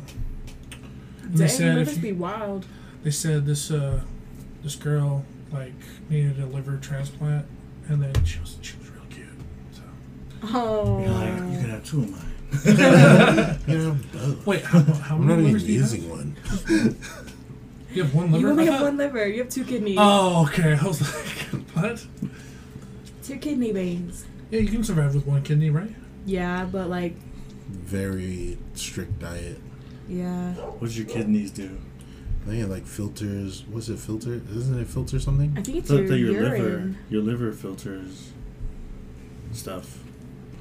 S1: And they
S2: Dang,
S1: said
S2: would
S1: if
S2: this
S1: you-
S2: be wild?
S1: they said this uh this girl like needed a liver transplant and then she was she was real cute so
S2: Oh.
S3: You're like you could have two of mine.
S4: you know, both.
S1: wait how, how
S4: I'm not
S1: many
S4: even
S1: livers do you
S4: using
S1: have
S4: one.
S1: you have one liver
S2: You only
S1: I
S2: have
S1: thought-
S2: one liver. You have two kidneys.
S1: oh okay i was like what
S2: Two kidney beans.
S1: yeah you can survive with one kidney right
S2: Yeah, but like,
S4: Very strict diet.
S2: yeah.
S3: What's your kidneys do?
S4: I think it like filters. What's it filter? Doesn't it filter something?
S2: I think it's
S3: Thought
S2: your,
S3: that your liver,
S2: urine.
S3: your liver filters stuff.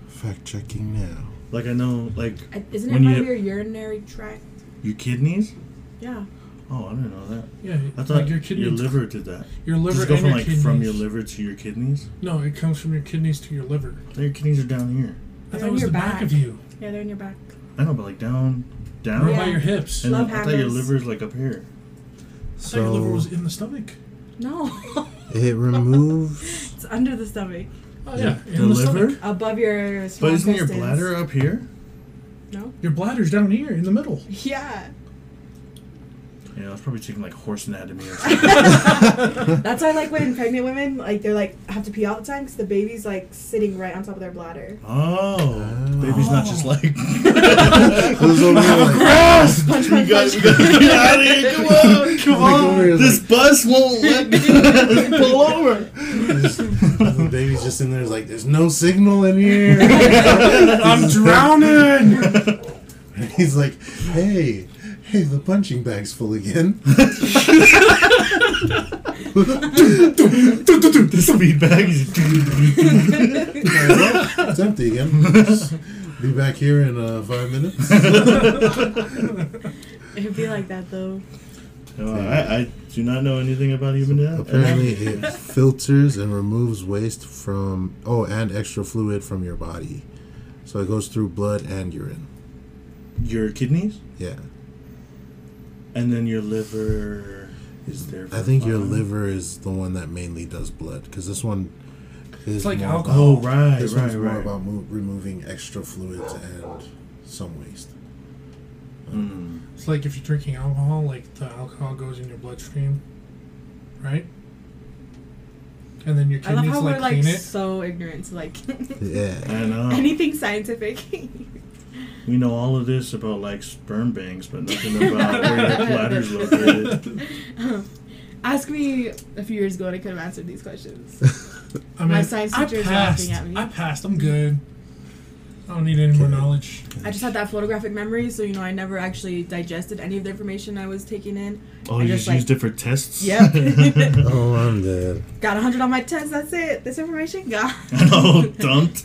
S4: Fact checking now.
S3: Like I know, like
S2: I- Isn't
S3: When
S2: it
S3: you
S2: part of
S3: have-
S2: your urinary tract?
S3: your kidneys.
S2: Yeah.
S3: Oh, I didn't know that.
S1: yeah
S3: I thought
S1: like your
S3: your,
S1: kidney
S3: liver did that.
S1: your liver
S3: Does it go
S1: and
S3: from
S1: your
S3: like
S1: kidneys.
S3: from your liver to your kidneys?
S1: no it comes from your kidneys to your liver
S3: I thought your kidneys are down here.
S1: i
S2: They're
S1: thought
S2: in
S1: it was
S2: your
S1: the back.
S2: back.
S1: of you
S2: Yeah, they're in your back.
S3: I know, but like down, down.
S1: right
S2: Yeah.
S1: by your hips
S3: And
S1: i
S2: Love
S3: I thought your
S2: hammers.
S3: liver's like up here.
S1: thought your liver
S4: So
S1: was in the stomach
S2: No.
S4: it removes.
S2: it's under the stomach.
S1: oh yeah
S3: The-
S1: in
S3: the liver?
S1: stomach.
S2: Above your small
S3: But isn't your
S2: intestines.
S3: bladder up here?
S2: No?
S1: your bladder's down here in the middle
S2: Yeah.
S3: Yeah, I was probably taking like horse anatomy. Or something.
S2: That's why, like, when pregnant women, like, they're like, have to pee all the time because the baby's, like, sitting right on top of their bladder.
S3: oh, baby's not just like.
S4: It was over here like-
S3: you guys, you gotta get out of here! Come on, come
S4: Like, over here,
S3: on! This bus won't let me pull over.
S4: Just- the baby's just in there. It's like, there's no signal in here. I'm drowning. He's like, hey, hey, the punching bag's full again.
S3: This will be bag.
S4: it's empty again. Be back here in uh, five minutes.
S2: It'd be like that, though.
S3: No, I, I do not know anything about human death.
S4: Apparently, it filters and removes waste from, oh, and extra fluid from your body. So it goes through blood and urine.
S3: your kidneys
S4: Yeah.
S3: and then your liver is there. For
S4: I think your
S3: fun.
S4: liver is the one that mainly does blood because this one is
S1: It's like
S4: more
S1: alcohol.
S4: about-
S3: Oh, Right,
S4: This
S3: right,
S4: one's more
S3: right.
S4: about mo- removing extra fluids and some waste.
S3: Mm.
S1: It's like if you're drinking alcohol, like the alcohol goes in your bloodstream, right? and then your
S2: I
S1: kid
S2: love
S1: needs to
S2: how we're
S1: like
S2: like
S1: clean it.
S2: so ignorant to like
S4: Yeah.
S3: I know.
S2: anything scientific.
S3: we know all of this about like sperm banks, but nothing about where your bladder's located.
S5: Ask me a few years ago, and I could have answered these questions.
S1: I mean,
S5: My science
S1: I
S5: teacher is
S1: passed.
S5: laughing at me.
S1: I passed. I'm good. I don't need any more
S4: Okay.
S1: knowledge.
S2: I just had that photographic memory, so you know I never actually digested any of the information I was taking in.
S3: Oh,
S2: I
S3: you
S2: just,
S3: just
S2: like-
S3: use different tests.
S2: Yep.
S4: Oh, I'm dead.
S2: Got 100 on my test. That's it. This information got.
S3: oh, dumped.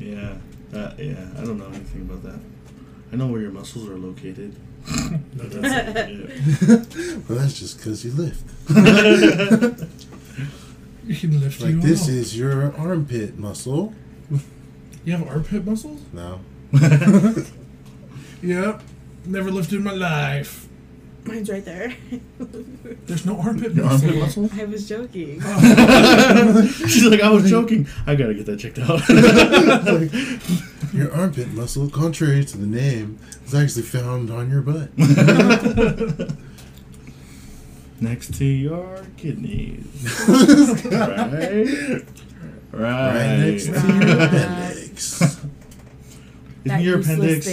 S3: yeah, uh, yeah. I don't know anything about that. I know where your muscles are located. But that's it,
S4: Well, that's just because you lift.
S3: yeah.
S1: You can lift
S4: Like,
S1: you
S4: this
S1: up.
S4: is your armpit muscle.
S1: You have armpit muscles?
S4: No.
S1: Yep. Never lifted in my life.
S2: Mine's right there.
S1: There's no armpit
S3: Your
S1: muscle.
S3: armpit muscle?
S2: I was joking.
S3: She's like, I was joking. I gotta get that checked out.
S4: Your armpit muscle, contrary to the name, is actually found on your butt.
S3: Next to your kidneys. right. Right.
S4: Right next to your appendix.
S3: Isn't your appendix?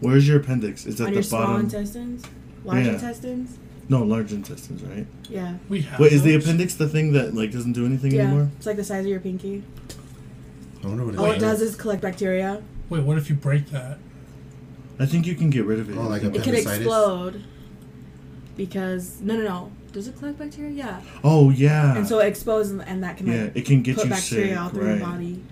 S3: Where's your appendix? It's at
S2: on
S3: the
S2: your small
S3: bottom.
S2: intestines, large
S3: Yeah.
S2: intestines.
S3: no, large intestines, right?
S2: Yeah.
S1: We have
S3: Wait, is the
S1: those?
S3: appendix the thing that like doesn't do anything
S2: Yeah.
S3: anymore?
S2: It's like the size of your pinky.
S4: I wonder what it,
S2: All Oh, it does is collect bacteria.
S1: Wait, what if you break that?
S3: I think you can get rid of it.
S4: Oh, like
S2: It could
S4: Appendicitis?
S2: explode. Because no, no, no. Does it collect bacteria? Yeah.
S3: Oh yeah.
S2: And so it exposes, and that can
S3: yeah,
S2: like
S3: it can get
S2: put
S3: you
S2: bacteria
S3: sick,
S2: all through
S3: right?
S2: your body.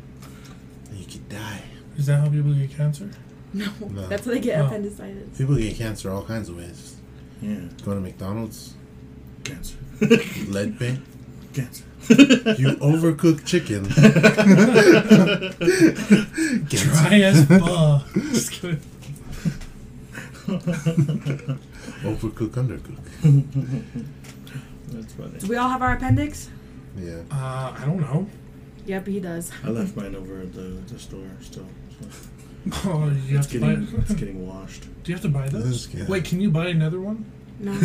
S4: You could die.
S1: Is that how people get cancer?
S2: No,
S4: No.
S2: that's how they get
S1: Oh.
S2: appendicitis.
S4: People get cancer all kinds of ways.
S3: Yeah,
S4: Go to McDonald's,
S3: cancer.
S4: lead paint.
S3: cancer.
S4: You overcook chicken. Cancer.
S1: Dry as fuck. Just kidding.
S4: Overcook, undercook.
S3: That's funny.
S2: Do we all have our appendix?
S4: Yeah.
S1: Uh, I don't know.
S2: Yep, he does.
S3: I left mine over at the, the store still. So
S1: Oh, you
S3: it's
S1: have to buy.
S3: getting it's getting washed.
S1: Do you have to buy
S4: This
S1: those?
S4: guy.
S1: Wait, can you buy another one?
S2: No.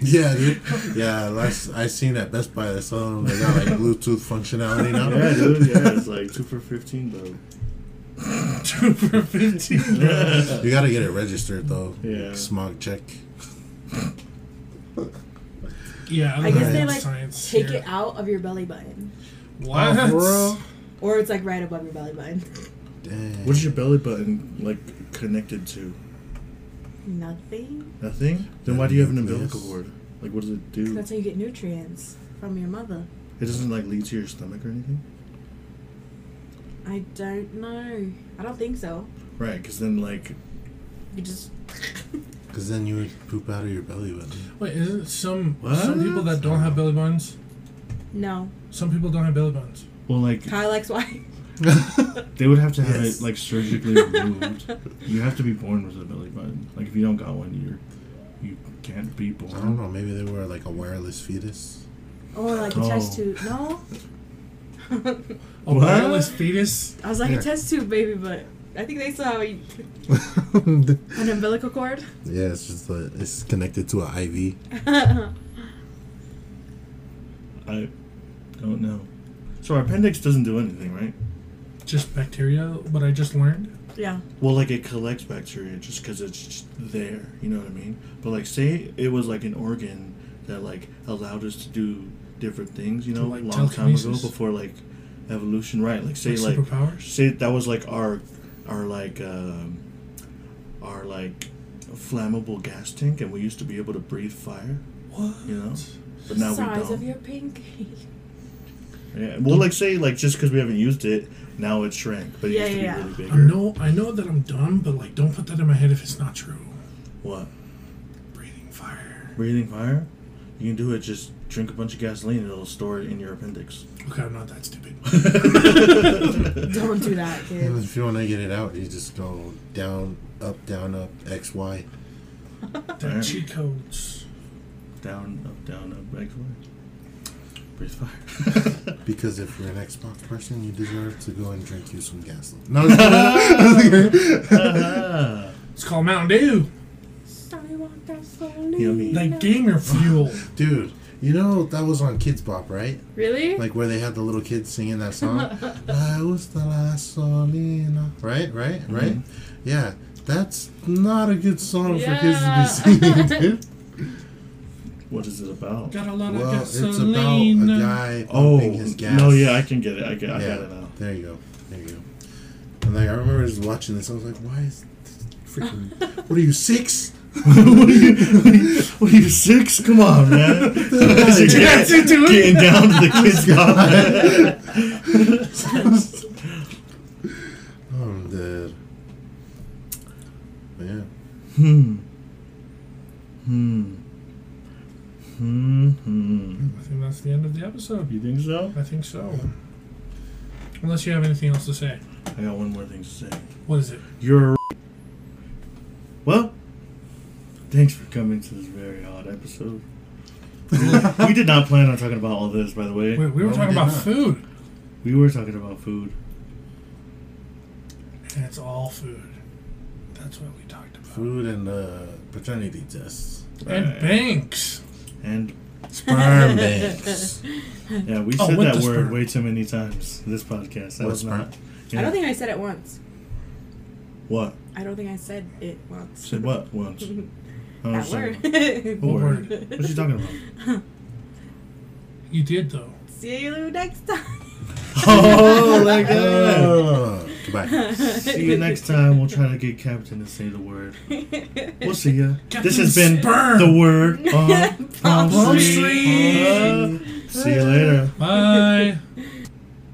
S4: Yeah, dude. Yeah, last I seen at Best Buy, I saw them. They got like Bluetooth functionality now.
S3: Yeah, dude. Yeah, it's like two for fifteen though.
S1: Two for fifteen.
S4: You gotta get it registered though.
S3: Yeah.
S4: Smog check.
S1: Yeah, I'm
S2: I guess they
S1: not
S2: like
S1: science
S2: take
S1: here.
S2: it out of your belly button,
S1: What?
S4: Oh, bro.
S2: or it's like right above your belly button.
S4: Dang.
S3: What is your belly button like connected to?
S2: Nothing.
S3: Nothing. Then why do you have an
S4: Nucleus.
S3: umbilical cord? Like, what does it do?
S2: That's how you get nutrients from your mother.
S3: It doesn't like lead to your stomach or anything.
S2: I don't know. I don't think so.
S3: Right, because then like
S2: You just.
S4: Because then you would poop out of your belly button.
S1: Wait, isn't some
S3: What?
S1: some people that don't have belly buttons?
S2: no.
S1: Some people don't have belly buttons.
S3: well like
S2: Kyle likes why?
S3: they would have to have
S4: Yes.
S3: it like surgically removed. You have to be born with a belly button. Like if you don't got one, you're you can't be born.
S4: I don't know. Maybe they were like a wireless fetus.
S2: Or like a test
S3: Oh.
S2: tube. No.
S1: A
S3: What?
S1: Oh, wireless fetus.
S2: I was like
S4: Yeah.
S2: a test tube baby, but I think they saw an
S4: yeah,
S2: umbilical cord.
S4: it's just a, it's connected to an IV.
S3: I don't know. So our appendix doesn't do anything, right?
S1: Just bacteria. What I just learned.
S2: yeah.
S3: Well, like it collects bacteria just because it's just there. You know what I mean? But like, say it was like an organ that like allowed us to do different things. You know,
S1: like,
S3: long time ago
S1: telekinesis?
S3: before like evolution, right? Like say
S1: Like
S3: like,
S1: superpowers?
S3: say that was like our our like um, our like flammable gas tank, and we used to be able to breathe fire.
S1: What?
S3: You know, but now we
S2: Size
S3: don't.
S2: of your pinky.
S3: yeah. Well, like say like just because we haven't used it, now it shrank, but it
S2: Yeah,
S3: used to
S2: yeah,
S3: be
S2: yeah.
S3: really
S1: I
S3: bigger.
S1: know. I know that I'm dumb, but like, don't put that in my head if it's not true.
S3: What?
S1: Breathing fire.
S3: Breathing fire? You can do it, just drink a bunch of gasoline and it'll store it in your appendix.
S1: Okay, I'm not that stupid.
S2: Don't do that,
S4: And
S2: kids.
S4: if you want to get it out, you just go down, up, down, up, X, Y.
S1: That cheat codes.
S3: Down, up, down, up, back away. Breathe fire.
S4: Because if you're an Xbox person, you deserve to go and drink you some gasoline. No, I'm just kidding.
S3: Ah,
S1: It's called Mountain Dew.
S2: Sidewalk gasoline.
S3: Yummy.
S1: Like gamer fuel.
S4: dude, You know that was on Kids Bop, right?
S5: Really?
S4: Like where they had the little kids singing that song. La gusta la gasolina. Right, right,
S3: Mm-hmm.
S4: right. Yeah, that's not a good song for kids to be
S5: Yeah.
S4: singing, dude.
S3: What is it about?
S1: Got a lot of
S4: Well, it's about a
S1: gasoline.
S4: guy pumping
S3: Oh,
S4: his gas.
S3: no, yeah, I can get it. I, get, I
S4: Yeah,
S3: got it now.
S4: There you go. There you go. And like I remember just watching this, I was like, why is this freaking? what are you six?
S3: what, are you, what are you, six? Come on, man.
S1: That's
S3: Getting
S1: it, dude.
S3: getting down to the kids' God.
S4: Oh, I'm dead. But yeah.
S3: Hmm. Hmm. Hmm. Hmm.
S1: I think that's the end of the episode.
S3: You think so?
S1: I think so. Unless you have anything else to say.
S3: I got one more thing to say.
S1: What is it?
S3: You're. Well, thanks for coming to this very odd episode. we did not plan on talking about all this, by the way.
S1: We, we were
S4: No, we
S1: talking
S4: did
S1: about
S4: not.
S1: food.
S3: We were talking about food.
S1: And it's all food. That's what we talked about.
S4: Food and uh, paternity tests.
S1: And banks.
S3: And
S4: Sperm banks.
S3: yeah, we
S1: Oh,
S3: said
S1: with
S3: that
S1: the
S3: word
S1: sperm.
S3: way too many times this podcast. That
S4: What
S3: was
S4: sperm?
S3: not.
S2: I
S3: Yeah.
S2: don't think I said it once.
S3: What?
S2: I don't think I said it once.
S3: Said what once? Oh, I don't
S2: that word.
S3: understand. What
S1: What
S3: word?
S2: word?
S3: What you talking about?
S1: You did, though.
S2: See you next time.
S3: oh my god!
S4: Oh, goodbye.
S3: See you next time. We'll try to get Captain to say the word. We'll see ya. this has been
S1: Captain Sperm.
S3: the word on Palm
S2: Palm
S3: Street.
S1: Street.
S3: Uh, see you later.